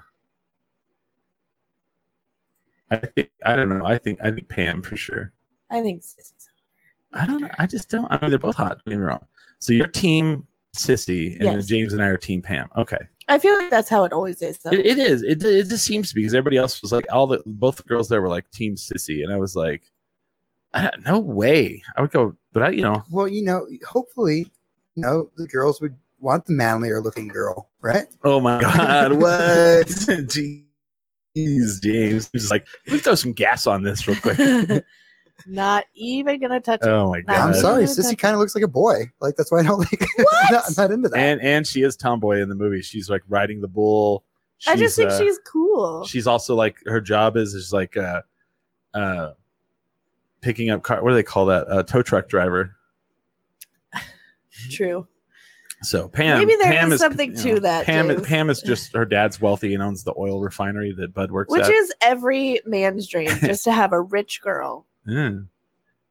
I think I don't know. I think I think Pam for sure. I think Sissy's. I don't know. I just don't. I mean, they're both hot. Don't get me wrong. So your team Sissy and then Yes. James and I are team Pam. Okay, I feel like that's how it always is. Though. it, it is. It it just seems to be because everybody else was like all the both the girls there were like team Sissy, and I was like, I, no way. I would go, but I you know Well, you know, hopefully, you know, the girls would want the manlier looking girl, right? Oh my God, what? Jeez, James. He's like, let me throw some gas on this real quick. not even gonna touch it. oh my God. I'm Uh, sorry, Yeah, sissy that's- kind of looks like a boy. Like that's why I don't like. I'm, not, I'm not into that. And and she is tomboy in the movie. She's like riding the bull. She's, I just think uh, she's cool. she's also like her job is is like uh uh picking up car what do they call that? Uh tow truck driver. True. So Pam, Maybe there Pam is is something you to that, Pam, James. Pam is just her dad's wealthy and owns the oil refinery that Bud works Which at. is every man's dream, just to have a rich girl. Yeah.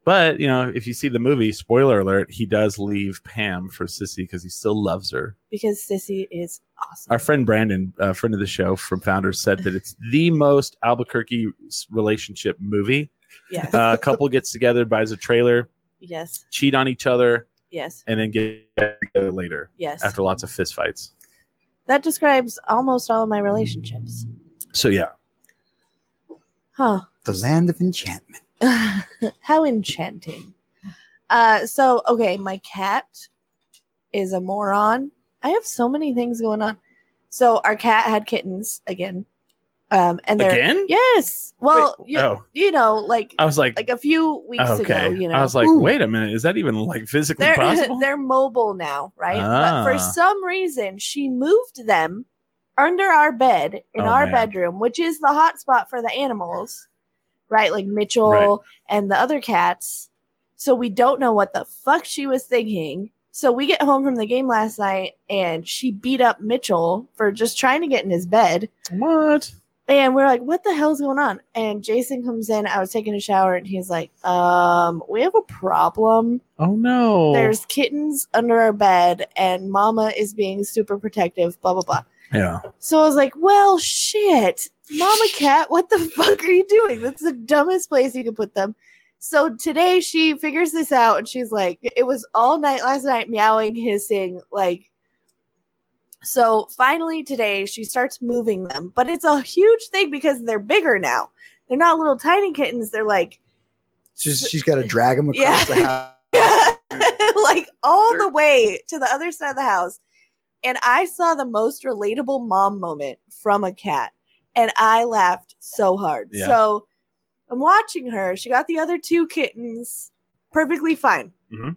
But you know, if you see the movie, spoiler alert, he does leave Pam for Sissy because he still loves her. Because Sissy is awesome. Our friend Brandon, a friend of the show from Founders, said that it's the most Albuquerque s- relationship movie. yes. Uh, a couple gets together, buys a trailer, yes. cheat on each other, Yes. and then get back together later Yes. after lots of fistfights. that describes almost all of my relationships. So yeah, Huh. The land of enchantment. How enchanting. Uh, so okay, my cat is a moron. I have so many things going on. So our cat had kittens again. Um, and they're again. yes. Well, you, oh, you know, like I was like, like a few weeks okay. ago, you know, I was like, Ooh. wait a minute, is that even like physically they're possible? they're mobile now, right? But Ah. for some reason, she moved them under our bed in Oh, our man. bedroom, which is the hot spot for the animals, right? Like Mitchell Right. and the other cats. So we don't know what the fuck she was thinking. So we get home from the game last night, and she beat up Mitchell for just trying to get in his bed. what? And we're like, what the hell's going on? And Jason comes in. I was taking a shower, and he's like, um, we have a problem Oh no! there's kittens under our bed and mama is being super protective blah blah blah yeah. so i was like well shit mama cat what the fuck are you doing that's the dumbest place you could put them so today she figures this out and she's like it was all night last night meowing hissing like so finally today she starts moving them but it's a huge thing because they're bigger now they're not little tiny kittens they're like She's, she's got to drag him across Yeah. the house. like all the way to the other side of the house. And I saw the most relatable mom moment from a cat. And I laughed so hard. Yeah. So I'm watching her. She got the other two kittens perfectly fine. Mhm.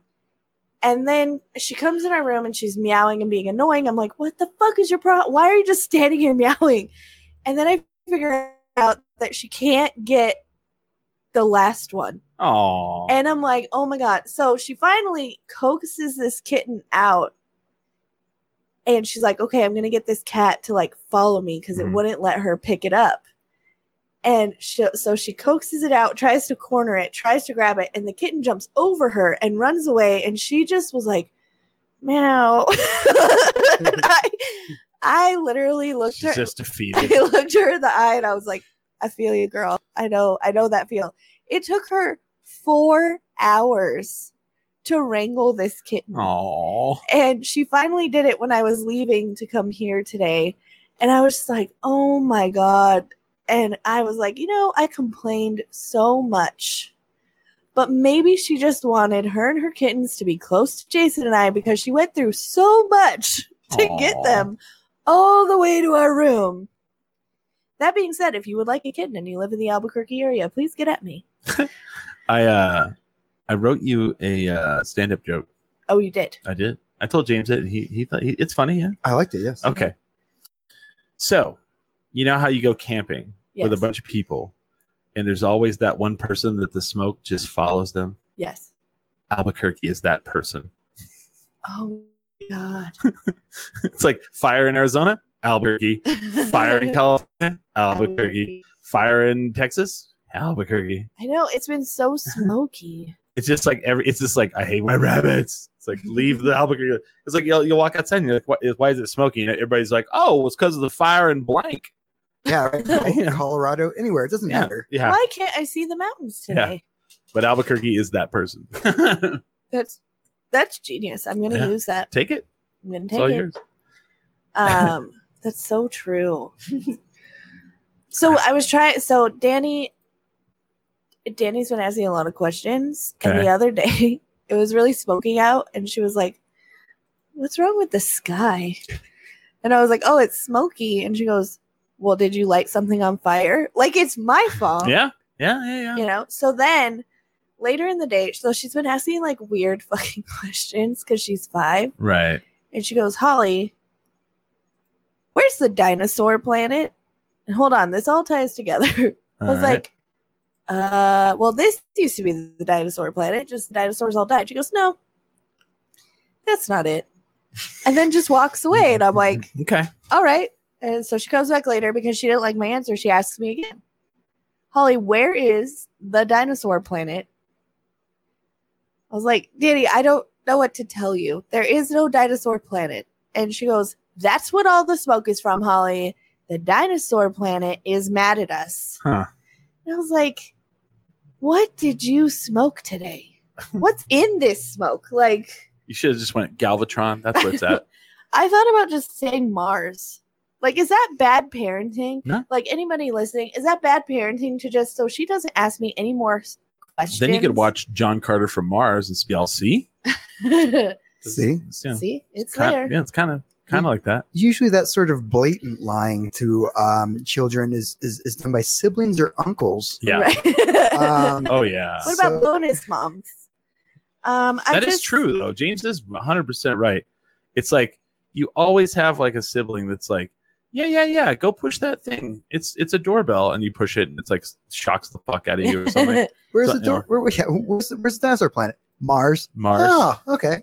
And then she comes in our room and she's meowing and being annoying. I'm like, what the fuck is your problem? Why are you just standing here meowing? And then I figure out that she can't get the last one. Oh. And I'm like, oh my God. So she finally coaxes this kitten out. And she's like, okay, I'm going to get this cat to like follow me because Mhm. it wouldn't let her pick it up. And she, so she coaxes it out, tries to corner it, tries to grab it. And the kitten jumps over her and runs away. And she just was like, meow. And I, I literally looked She's her just I defeated. looked her in the eye and I was like, I feel you, girl. I know, I know that feel. It took her four hours to wrangle this kitten. Oh. And she finally did it when I was leaving to come here today. And I was just like, oh my God. And I was like, you know, I complained so much. But maybe she just wanted her and her kittens to be close to Jason and I because she went through so much to get them all the way to our room. That being said, if you would like a kitten and you live in the Albuquerque area, please get at me. I uh I wrote you a uh stand-up joke. Oh, you did. I did. I told James it and he he thought he, it's funny, yeah. I liked it. Yes. Okay. So, you know how you go camping Yes. with a bunch of people and there's always that one person that the smoke just follows them. yes. Albuquerque is that person. Oh, my It's like fire in Arizona, Albuquerque. God. Fire in California, Albuquerque. Fire in Texas, Albuquerque. I know it's been so smoky. it's just like every it's just like i hate my rabbits it's like leave the albuquerque it's like you'll, you'll walk outside and you're like why, why is it smoky and everybody's like oh it's because of the fire and blank Yeah. Right. Yeah. Colorado, anywhere. It doesn't Yeah. matter. yeah Why can't I see the mountains Yeah. today? but albuquerque is that person That's that's genius. I'm gonna Yeah. use that. take it I'm gonna it's take all it. yours Um, that's so true. so I was trying. So Danny, Danny's been asking a lot of questions, and Okay. the other day it was really smoking out, and she was like, "What's wrong with the sky?" And I was like, "Oh, it's smoky," and she goes, "Well, did you light something on fire? Like it's my fault." yeah yeah yeah yeah you know so then later in the day so she's been asking like weird fucking questions because she's five right and she goes holly where's the dinosaur planet and hold on this all ties together i was like uh well this used to be the dinosaur planet just the dinosaurs all died she goes no that's not it and then just walks away. And I'm like, Okay. all right. And so she comes back later because she didn't like my answer. She asks me again, Holly, where is the dinosaur planet? I was like, Danny, I don't know what to tell you. There is no dinosaur planet. And she goes, That's what all the smoke is from, Holly. The dinosaur planet is mad at us. Huh. And I was like, What did you smoke today? What's in this smoke? Like, You should have just went Galvatron. That's where it's at. I thought about just saying Mars. Like, is that bad parenting? No. Like, anybody listening, is that bad parenting to just so she doesn't ask me any more s- questions? then you could watch John Carter from Mars and be all see. See? Yeah. See, it's Kind- there. yeah, it's kind of kind of like that. Usually, that sort of blatant lying to um, children is, is is done by siblings or uncles. Yeah. Right? Um, Oh yeah. what about so- bonus moms? Um, I That is just, true though. James is 100% right. It's like you always have like a sibling that's like, "Yeah, yeah, yeah, go push that thing. It's it's a doorbell." And you push it and it's like shocks the fuck out of you or something. where's the So- door? Where, yeah, where's, the, where's the dinosaur planet? Mars. Mars. Oh, okay.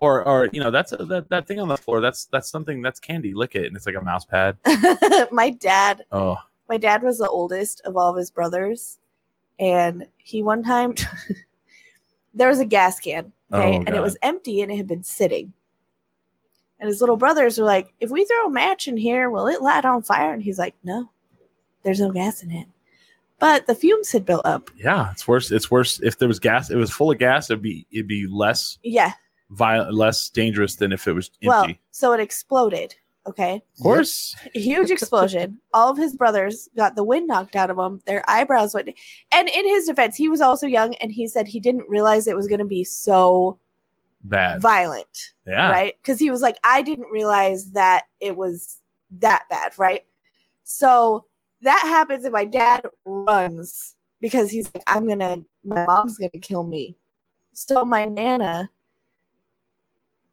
Or or you know, that's a, that that thing on the floor. That's that's something that's candy. Lick it and it's like a mouse pad. my dad Oh. my dad was the oldest of all of his brothers and he one time there was a gas can okay Oh, and it God. was empty and it had been sitting and his little brothers were like if we throw a match in here will it light on fire and he's like no there's no gas in it but the fumes had built up Yeah, it's worse. It's worse if there was gas. It was full of gas. It'd be it'd be less yeah violent, less dangerous than if it was empty. well so it exploded okay of course, huge explosion. All of his brothers got the wind knocked out of them. Their eyebrows went. And in his defense, he was also young, and he said he didn't realize it was going to be so bad. Ah. violent, yeah, right? Because he was like, I didn't realize that it was that bad, right? So that happens, and my dad runs because he's like, I'm gonna, my mom's gonna kill me. So my nana,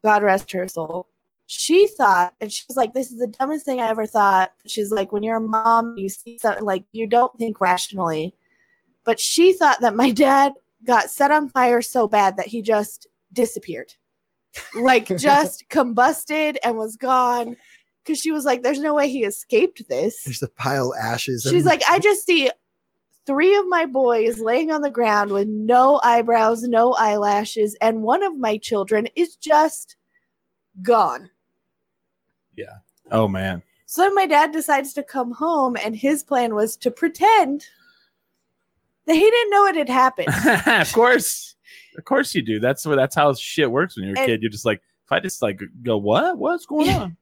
God rest her soul, she thought, and she was like, this is the dumbest thing I ever thought. She's like, when you're a mom, you see something like you don't think rationally. But she thought that my dad got set on fire so bad that he just disappeared, like just combusted and was gone. Cause she was like, there's no way he escaped this. There's a pile of ashes. She's like, I just see three of my boys laying on the ground with no eyebrows, no eyelashes, and one of my children is just gone. Oh man, So then my dad decides to come home, and his plan was to pretend that he didn't know it had happened. of course, of course you do. That's what. That's how shit works when you're a And- kid. You're just like, if I just like go, what? What's going Yeah. on?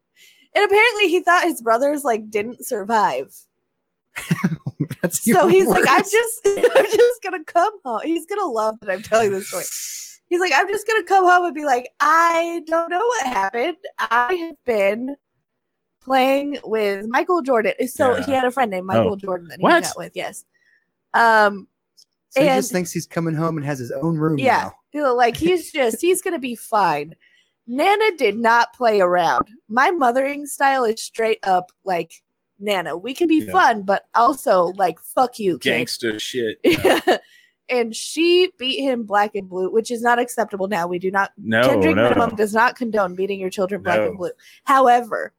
and apparently he thought his brothers like didn't survive. That's so even he's like, I'm worse. just, I'm just gonna come home. He's gonna love that I'm telling this story. He's like, I'm just gonna come home and be like, I don't know what happened. I have been playing with Michael Jordan. So he Yeah. had a friend named Michael Oh. Jordan that he What? hung out with. Yes. Um. So he and- just thinks he's coming home and has his own room. Yeah. now. You know, like he's just he's gonna be fine. Nana did not play around. My mothering style is straight up like Nana. We can be Yeah. fun, but also like fuck you, kid. Gangster shit. and she beat him black and blue, which is not acceptable now. We do not No, Ten drink no, minimum no. does not condone beating your children black No. and blue. However,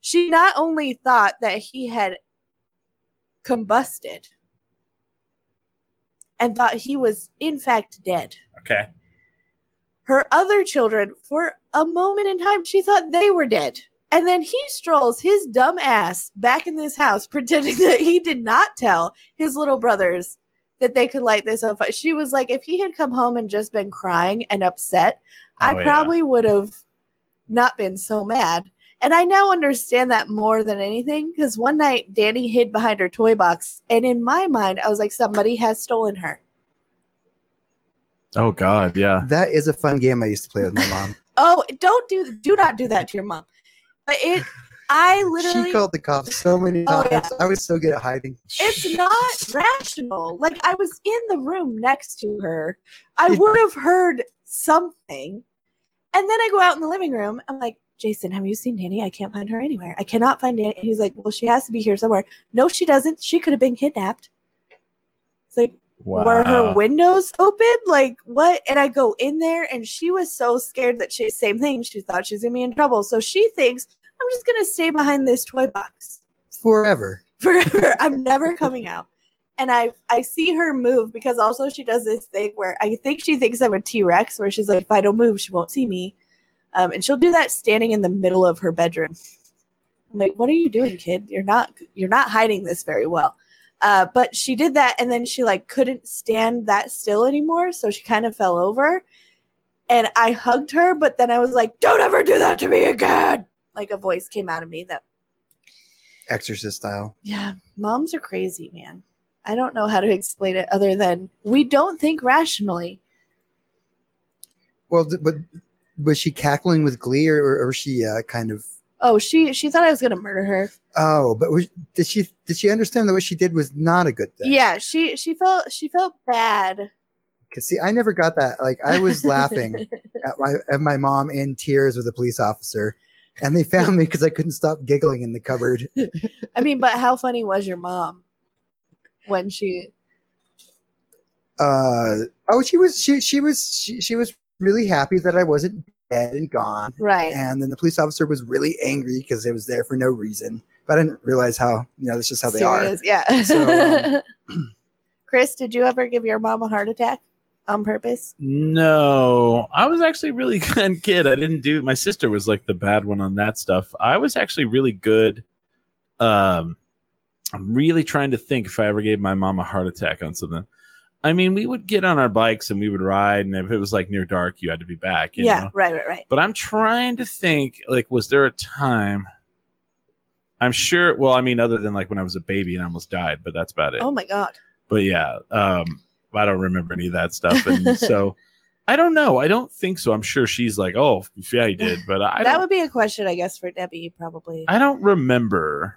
she not only thought that he had combusted and thought he was in fact dead. Okay. Her other children, for a moment in time, she thought they were dead. And then he strolls his dumb ass back in this house, pretending that he did not tell his little brothers that they could light this on fire. She was like, if he had come home and just been crying and upset, Oh, I yeah. probably would have not been so mad. And I now understand that more than anything because one night Danny hid behind her toy box. And in my mind, I was like, somebody has stolen her. Oh God, yeah. That is a fun game I used to play with my mom. Oh, don't do, do not do that to your mom. But it, I literally. she called the cops so many Oh, times. I was so good at hiding. it's not rational. Like I was in the room next to her. I It- would have heard something. And then I go out in the living room. I'm like, Jason, have you seen Danny? I can't find her anywhere. I cannot find Danny. And he's like, Well, she has to be here somewhere. No, she doesn't. She could have been kidnapped. It's like, were her windows open? Like what? And I go in there and she was so scared that she same thing. She thought she's gonna be in trouble. So she thinks, I'm just gonna stay behind this toy box forever. forever. I'm never coming out. And I I see her move because also she does this thing where I think she thinks I'm a T Rex, where she's like, if I don't move, she won't see me. Um, and she'll do that standing in the middle of her bedroom. I'm like, what are you doing, kid? You're not you're not hiding this very well. Uh, but she did that, and then she like couldn't stand that still anymore, so she kind of fell over. And I hugged her, but then I was like, "Don't ever do that to me again!" Like a voice came out of me that Exorcist style. yeah, moms are crazy, man. I don't know how to explain it other than we don't think rationally. Well, th- but was she cackling with glee or, or, or she uh, kind of? Oh, she she thought I was gonna murder her. Oh, but was, did she did she understand that what she did was not a good thing? Yeah, she she felt she felt bad. Cause see, I never got that. Like I was laughing at my at my mom in tears with a police officer, and they found me because I couldn't stop giggling in the cupboard. I mean, but how funny was your mom when she? Uh, oh, she was she she was she, she was really happy that I wasn't dead and gone. Right. and then the police officer was really angry because it was there for no reason. But I didn't realize how you know that's just how they are. Serious, Yeah. So, um, Chris, did you ever give your mom a heart attack on purpose? No, I was actually a really good kid. I didn't do. My sister was like the bad one on that stuff. I was actually really good. Um, I'm really trying to think if I ever gave my mom a heart attack on something. I mean, we would get on our bikes and we would ride, and if it was like near dark, you had to be back. You yeah. know? Right. Right. Right. But I'm trying to think. Like, was there a time? I'm sure. Well, I mean, other than like when I was a baby and I almost died, but that's about it Oh my God. but yeah um i don't remember any of that stuff and so i don't know i don't think so i'm sure she's like oh yeah he did but i that don't would be a question, I guess, for Debbie probably. i don't remember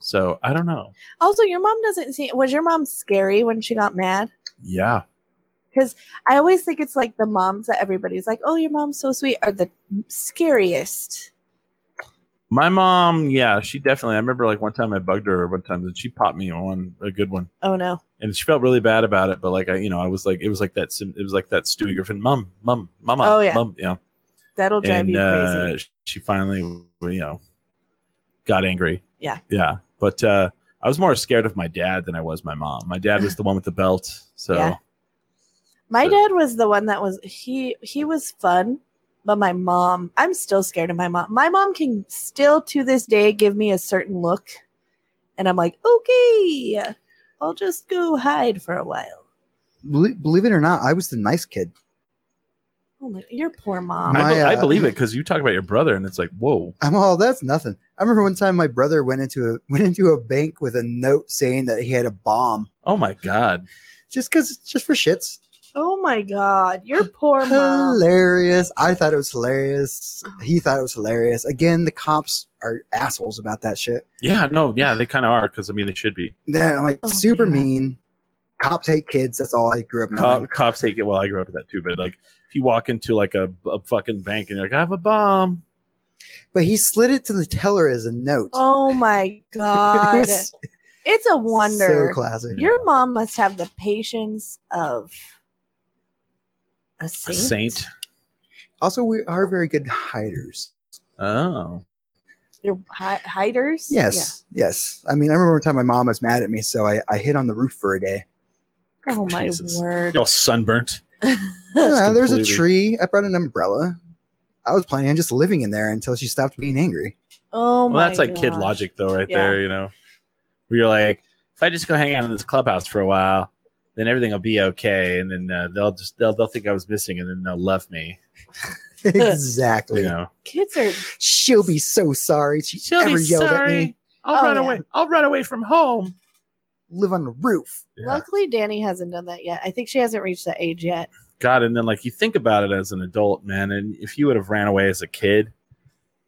so i don't know Also, your mom doesn't seem. Was your mom scary when she got mad? yeah I always think it's like the moms that everybody's like, "Oh, your mom's so sweet," are the scariest. my mom yeah she definitely i remember like one time i bugged her one time and she popped me on a good one Oh no! and she felt really bad about it but like i you know i was like it was like that sim- it was like that stewie griffin mom mom mama Oh, yeah. mom yeah That'll drive and you uh, crazy. sh- she finally, you know, got angry. Yeah. yeah. But uh, I was more scared of my dad than I was my mom. My dad was the one with the belt, so Yeah. My uh, dad was the one that was he he was fun, but my mom, I'm still scared of my mom. My mom can still to this day give me a certain look, and I'm like, okay, I'll just go hide for a while. Bel- Believe it or not, I was the nice kid. Oh my, your poor I, mom. My, be- I uh, believe it because you talk about your brother, and it's like, whoa, I'm all that's nothing. I remember one time my brother went into a went into a bank with a note saying that he had a bomb, oh my god, just because just for shits. oh my god, your poor mom. Hilarious! I thought it was hilarious. He thought it was hilarious. Again, the cops are assholes about that shit. yeah, no, yeah, they kind of are because I mean they should be. Then I'm like Oh, super yeah. mean. Cops hate kids. That's all I grew up. Cop, knowing. cops hate it. Well, I grew up with that too, but like if you walk into like a, a fucking bank and you're like, I have a bomb, But he slid it to the teller as a note. Oh my It god. was It's a wonder. So classic. Your mom must have the patience of a a saint. saint. Also, we are very good hiders. Oh, Your hi- hiders. Yes, yes. I mean, I remember one time my mom was mad at me, so I, I hid on the roof for a day. Yeah. Oh my Jesus. word. you're all sunburnt. Yeah, there's a completely- tree. I brought an umbrella. I was planning on just living in there until she stopped being angry. Oh my. well, that's like kid gosh. logic, though, right Yeah. there. You know, where you're like, if I just go hang out in this clubhouse for a while, then everything will be okay, and then uh, they'll just they'll they'll think I was missing, and then they'll love me. exactly. You know, Kids are. She'll be so sorry. She ever yelled at me. I'll Oh, run yeah. away. I'll run away from home. Live on the roof. Luckily, Danny hasn't done that yet. I think she hasn't reached that age yet. God, and then like you think about it as an adult, man, and if you would have ran away as a kid.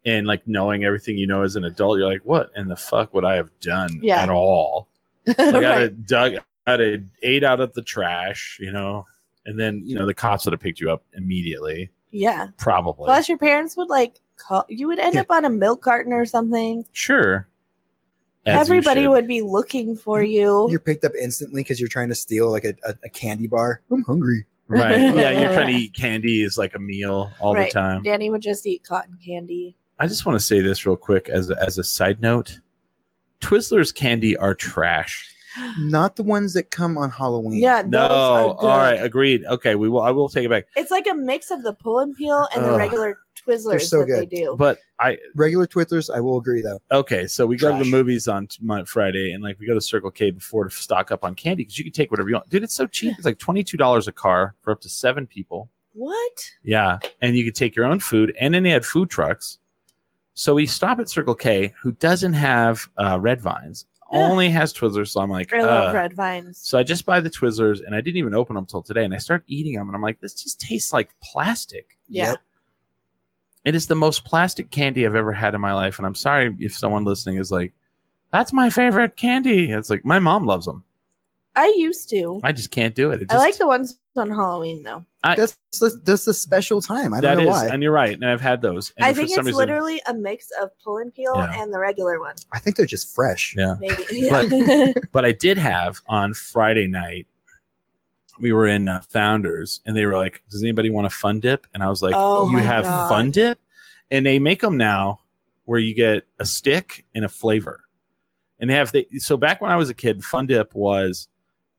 And like knowing everything you know as an adult, you're like, what in the fuck would I have done Yeah. at all? I got right. it dug out it ate out of the trash, you know. And then, you know, the cops would have picked you up immediately. Yeah. Probably. Plus, your parents would like call. You would end Yeah. up on a milk carton or something. sure. As you Everybody should. would be looking for you. You're picked up instantly because you're trying to steal like a, a, a candy bar. I'm hungry. Right. Yeah, you're trying to eat candy is like a meal all Right. the time. Danny would just eat cotton candy. I just want to say this real quick as a, as a side note. Twizzlers candy are trash. Not the ones that come on Halloween. Yeah, those No, are good. all right, agreed. Okay, we will. I will take it back. It's like a mix of the pull and peel and the Ugh. regular Twizzlers so that good. they do. But I Regular Twizzlers, I will agree though. okay. So we go to Trash. the movies on t- Mon- Friday, and like we go to Circle K before to stock up on candy because you can take whatever you want. Dude, it's so cheap. It's like twenty two dollars a car for up to seven people. what? Yeah, and you could take your own food, and then they had food trucks. So we stop at Circle K, who doesn't have uh, red vines, Yeah. only has Twizzlers. So I'm like, I love "Ugh." red vines. So I just buy the Twizzlers and I didn't even open them till today. And I start eating them and I'm like, this just tastes like plastic. Yeah. Yep. It is the most plastic candy I've ever had in my life. And I'm sorry if someone listening is like, that's my favorite candy. It's like, my mom loves them. I used to. I just can't do it. it I just- like the ones on Halloween though. I- That's the, that's the special time. I don't that know is- why. And you're right. And I've had those. And I for think it's some reason- literally a mix of pull and peel Yeah. and the regular one. I think they're just fresh. Yeah. Maybe. But- Yeah. But I did have on Friday night, we were in uh, Founders and they were like, does anybody want a fun dip? And I was like, Oh you my have God. fun dip? And they make them now where you get a stick and a flavor. And they have, the, so back when I was a kid, fun dip was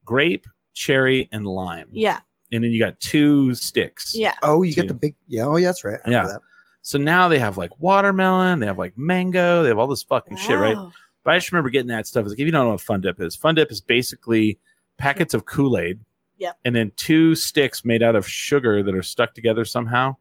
grape, cherry, and lime. yeah. And then you got two sticks. Yeah. Oh, you Two. get the big. Yeah. Oh, yeah, that's right. I Yeah. remember So now they have like watermelon, they have like mango, they have all this fucking shit, right? Wow. But I just remember getting that stuff. It's like, if you don't know what Fun Dip is, Fun Dip is basically packets of Kool Aid. Yep. And then two sticks made out of sugar that are stuck together somehow.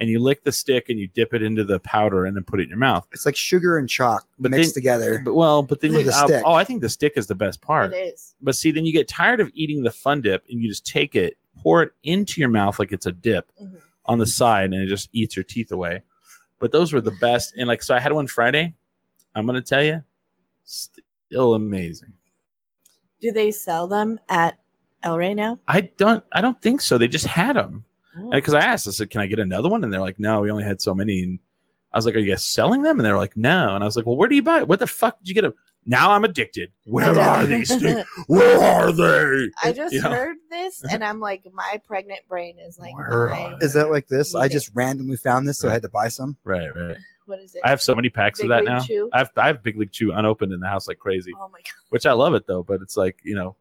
And you lick the stick and you dip it into the powder and then put it in your mouth. It's like sugar and chalk But mixed then- together. But well, but then With you, the uh, stick. oh, I think the stick is the best part. It is. But see, then you get tired of eating the Fun Dip and you just take it, pour it into your mouth like it's a dip Mhm. on the side and it just eats your teeth away. But those were the best. And like, so I had one Friday. I'm going to tell you, still amazing. Do they sell them at El Rey now? I don't. I don't think so. They just had them because I asked. I said, "Can I get another one?" And they're like, "No, we only had so many." And I was like, "Are you guys selling them?" And they're like, "No." And I was like, "Well, where do you buy it? What the fuck did you get them?" Now I'm addicted. Where are these things? Where are they? I just You know? heard this and I'm like, my pregnant brain is like, Where I- are- Is that like this? Eat I it. just randomly found this, so I Right. had to buy some. Right, right. what is it? I have so many packs of that Big League now. Chew? I've I have Big League Chew unopened in the house like crazy, Oh my god. which I love it though. But it's like you know,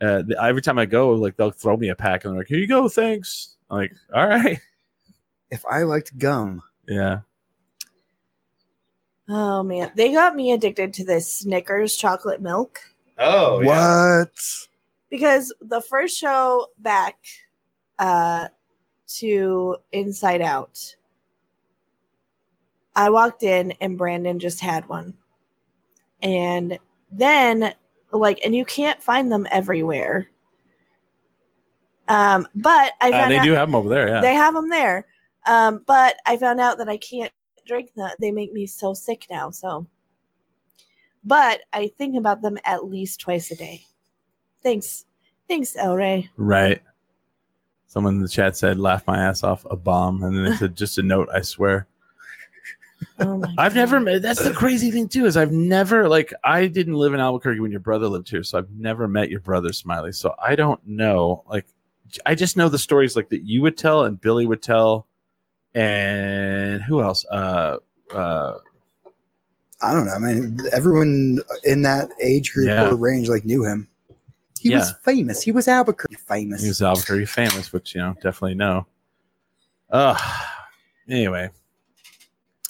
uh, the, every time I go, like they'll throw me a pack and they're like, "Here you go, thanks." I'm like, "All right, If I liked gum, yeah." Oh man, they got me addicted to this Snickers chocolate milk Oh, what? because the first show back uh to Inside Out, I walked in and Brandon just had one. And then like and you can't find them everywhere. Um but I Uh, found they out do have them over there. Yeah. they have them there. Um but I found out that I can't drink that. They make me so sick now, so but I think about them at least twice a day. Thanks. Thanks, El Rey. Right. Someone in the chat said, "Laugh my ass off, a bomb," and then they said, "Just a note, I swear." Oh my I've God. never. met- That's the crazy thing too is I've never like I didn't live in Albuquerque when your brother lived here, so I've never met your brother, Smiley. So I don't know. Like, I just know the stories like that you would tell and Billy would tell, and who else? Uh, uh, I don't know, man. Everyone in that age group Yeah. or range like knew him. He was famous. He was Albuquerque famous. he was Albuquerque famous, which you know definitely know. Ugh. Anyway,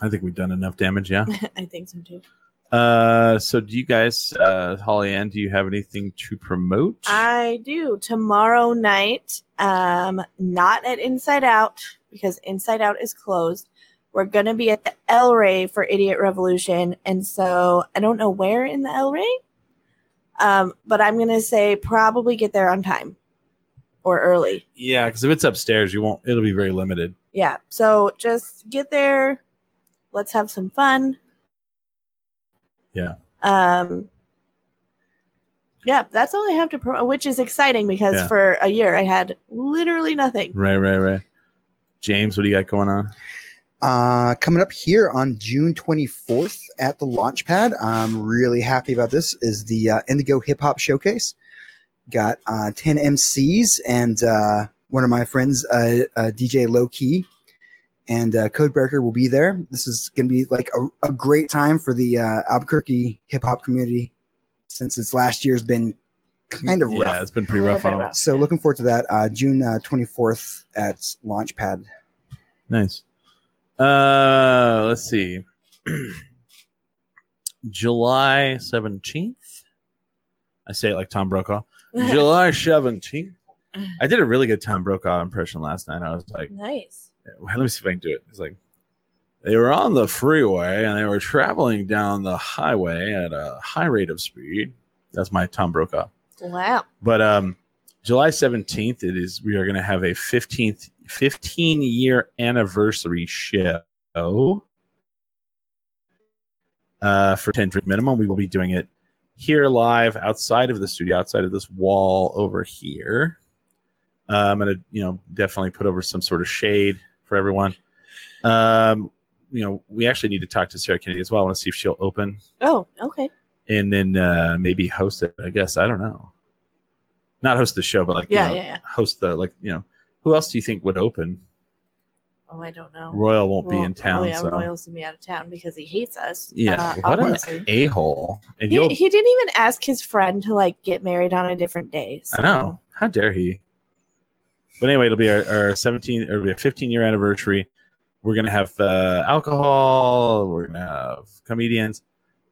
I think we've done enough damage. Yeah. I think so too. Uh, so do you guys, uh, Holly Ann, do you have anything to promote? I do tomorrow night. Um, not at Inside Out because Inside Out is closed. We're gonna be at the El Rey for Idiot Revolution, and so I don't know where in the El Rey. Um, but I'm gonna say probably get there on time or early. yeah, because if it's upstairs, you won't. It'll be very limited. Yeah. So just get there. Let's have some fun. Yeah. Um. Yeah, that's all I have to promote, which is exciting because Yeah. for a year I had literally nothing. Right, right, right. James, what do you got going on? Uh, coming up here on June 24th at the Launchpad, I'm really happy about this. Is the uh, Indigo Hip Hop Showcase? Got uh, 10 MCs and uh, one of my friends, uh, uh, DJ Low Key, and uh, Codebreaker will be there. This is going to be like a, a great time for the uh, Albuquerque hip hop community since this last year's been kind of yeah, rough. it's been pretty rough on us. So looking forward to that. Uh, June uh, 24th at Launchpad. Nice. Uh, let's see. July 17th. I say it like Tom Brokaw. July 17th. I did a really good Tom Brokaw impression last night. I was like, nice. let me see if I can do it. It's like they were on the freeway and they were traveling down the highway at a high rate of speed. That's my Tom Brokaw. Wow. But um, July 17th, it is we are going to have a 15th 15 year anniversary show. Uh, for 10 drink minimum, we will be doing it here live outside of the studio, outside of this wall over here. Uh, I'm gonna, you know, definitely put over some sort of shade for everyone. Um, you know, we actually need to talk to Sarah Kennedy as well. I want to see if she'll open Oh, okay. and then uh, maybe host it. I guess I don't know. Not host the show, but like you Yeah, know, yeah, yeah. host the like you know who else do you think would open? Oh, I don't know. Royal won't be Well, in town, Oh, yeah, so Royals gonna be out of town because he hates us. yeah. Uh, what obviously. an a hole! And He, you'll he didn't even ask his friend to like get married on a different day. so- I know how dare he. But anyway, it'll be our, our 17 or it'll be a 15 year anniversary. We're gonna have uh, alcohol. We're gonna have comedians,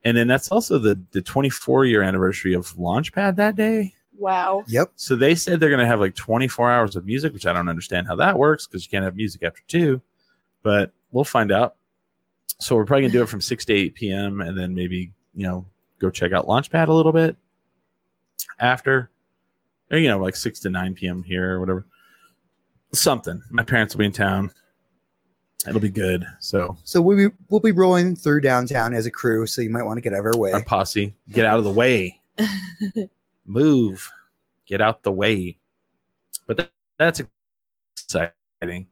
and then that's also the the 24 year anniversary of Launchpad that day. Wow. Yep. So they said they're going to have like 24 hours of music, which I don't understand how that works because you can't have music after two, but we'll find out. So we're probably going to do it from 6 to 8 p.m. and then maybe, you know, go check out Launchpad a little bit after, or, you know, like 6 to 9 p.m. here or whatever. Something. My parents will be in town. It'll be good. So So we'll be we'll be rolling through downtown as a crew. So you might want to get out of our way. our posse, get out of the way. Move. Get out the way. But that, that's exciting.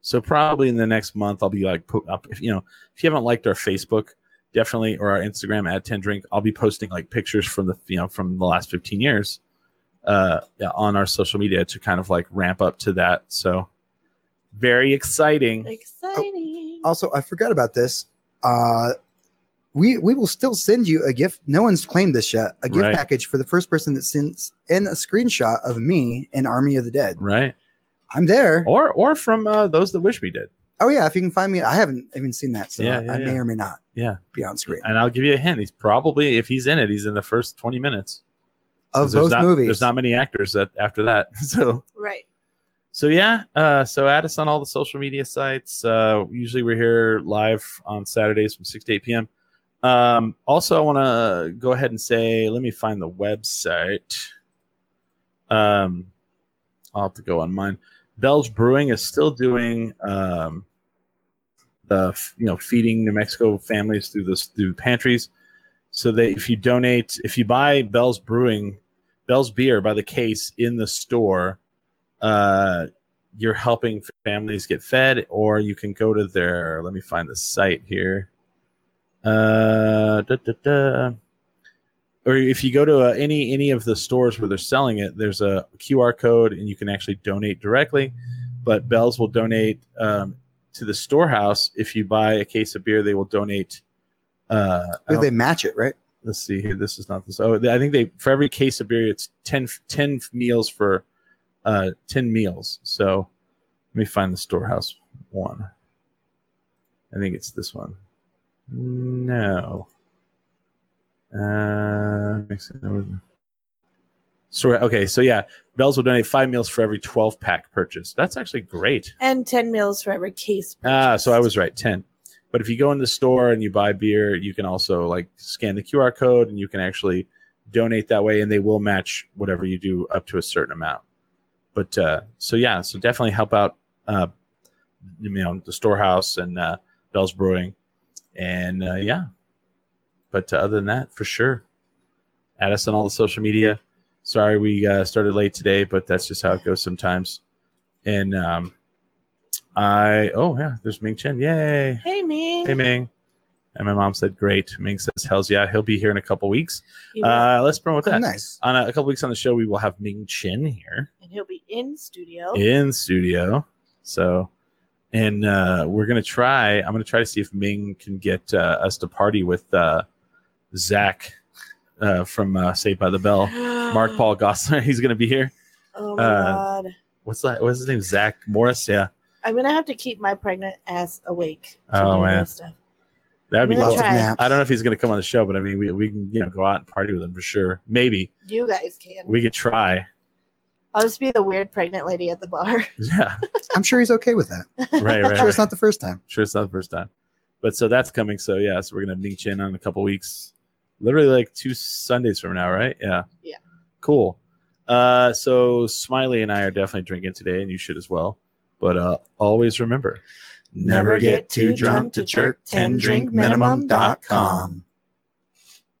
So probably in the next month, I'll be like, put up, if you know, if you haven't liked our Facebook, definitely, or our Instagram at 10 drink, I'll be posting like pictures from the, you know, from the last 15 years, uh, yeah, on our social media to kind of like ramp up to that. So very exciting. Exciting. oh. Also, I forgot about this. Uh, we we will still send you a gift. No one's claimed this yet. A gift Right. package for the first person that sends in a screenshot of me in Army of the Dead. Right. I'm there. Oh, Or, or from uh, those that wish we did. yeah, if you can find me, I haven't even seen that, so Yeah, yeah, I may yeah. or may not Yeah. be on screen And I'll give you a hint. He's probably, if he's in it, he's in the first 20 minutes. of 'Cause there's both not- movies. There's not many actors that after that. So, Right. so yeah. Uh, so add us on all the social media sites. Uh, usually we're here live on Saturdays from 6 to 8 p.m. Um, also, I want to go ahead and say, let me find the website. Um, I'll have to go on mine. Bell's Brewing is still doing um, the f- you know feeding New Mexico families through this through pantries. So that if you donate, if you buy Bell's Brewing, Bell's beer by the case in the store, uh, you're helping families get fed. Or you can go to their. Let me find the site here. Uh, da, da, da. Or if you go to uh, any any of the stores where they're selling it, there's a QR code and you can actually donate directly. But Bell's will donate um, to the storehouse if you buy a case of beer. They will donate. Uh, I If don't- they match it, right? let's see here. This is not this. Oh, I think they for every case of beer, it's 10, 10 meals for uh, ten meals. So let me find the storehouse one. I think it's this one. No. Uh, makes it- Store. Okay, so yeah, Bell's will donate five meals for every twelve pack purchase. That's actually great. And 10 meals for every case. Ah, so I purchased. was right, ten. But if you go in the store and you buy beer, you can also like scan the QR code and you can actually donate that way, and they will match whatever you do up to a certain amount. But uh, so yeah, so definitely help out, uh, you know, the storehouse and uh, Bell's Brewing, and uh, yeah. But uh, other than that, for sure, add us on all the social media. Sorry we uh, started late today, but that's just how it goes sometimes. And um, I oh yeah, there's Ming Chen. Yay. Hey, me. Hey Ming. And my mom said, Great. Ming says, Hell's yeah, he'll be here in a couple weeks. He will. Uh let's promote Oh, that. nice. On a, a couple weeks on the show, we will have Ming Chen here and he'll be in studio. in studio. So and uh we're gonna try I'm gonna try to see if Ming can get uh, us to party with uh Zach uh from uh Saved by the Bell. Mark Paul Gossler, he's gonna be here. Oh my uh, god. What's that? What's his name? Zach Morris. Yeah, I'm gonna have to keep my pregnant ass awake. Oh, man. this stuff. that would be I'm gonna cool. Lots of try. naps. I don't know if he's going to come on the show, but I mean, we, we can you know go out and party with him for sure. Maybe You guys can. we could try. I'll just be the weird pregnant lady at the bar. Yeah, I'm sure he's okay with that. right, right. I'm sure right. it's not the first time. Sure, it's not the first time, but so that's coming. So yeah, so we're gonna meet you in on a couple weeks, literally like two Sundays from now, right? Yeah. Yeah. Cool. Uh, so Smiley and I are definitely drinking today, and you should as well. But uh, always remember, Never get too drunk to jerk 10drinkminimum.com.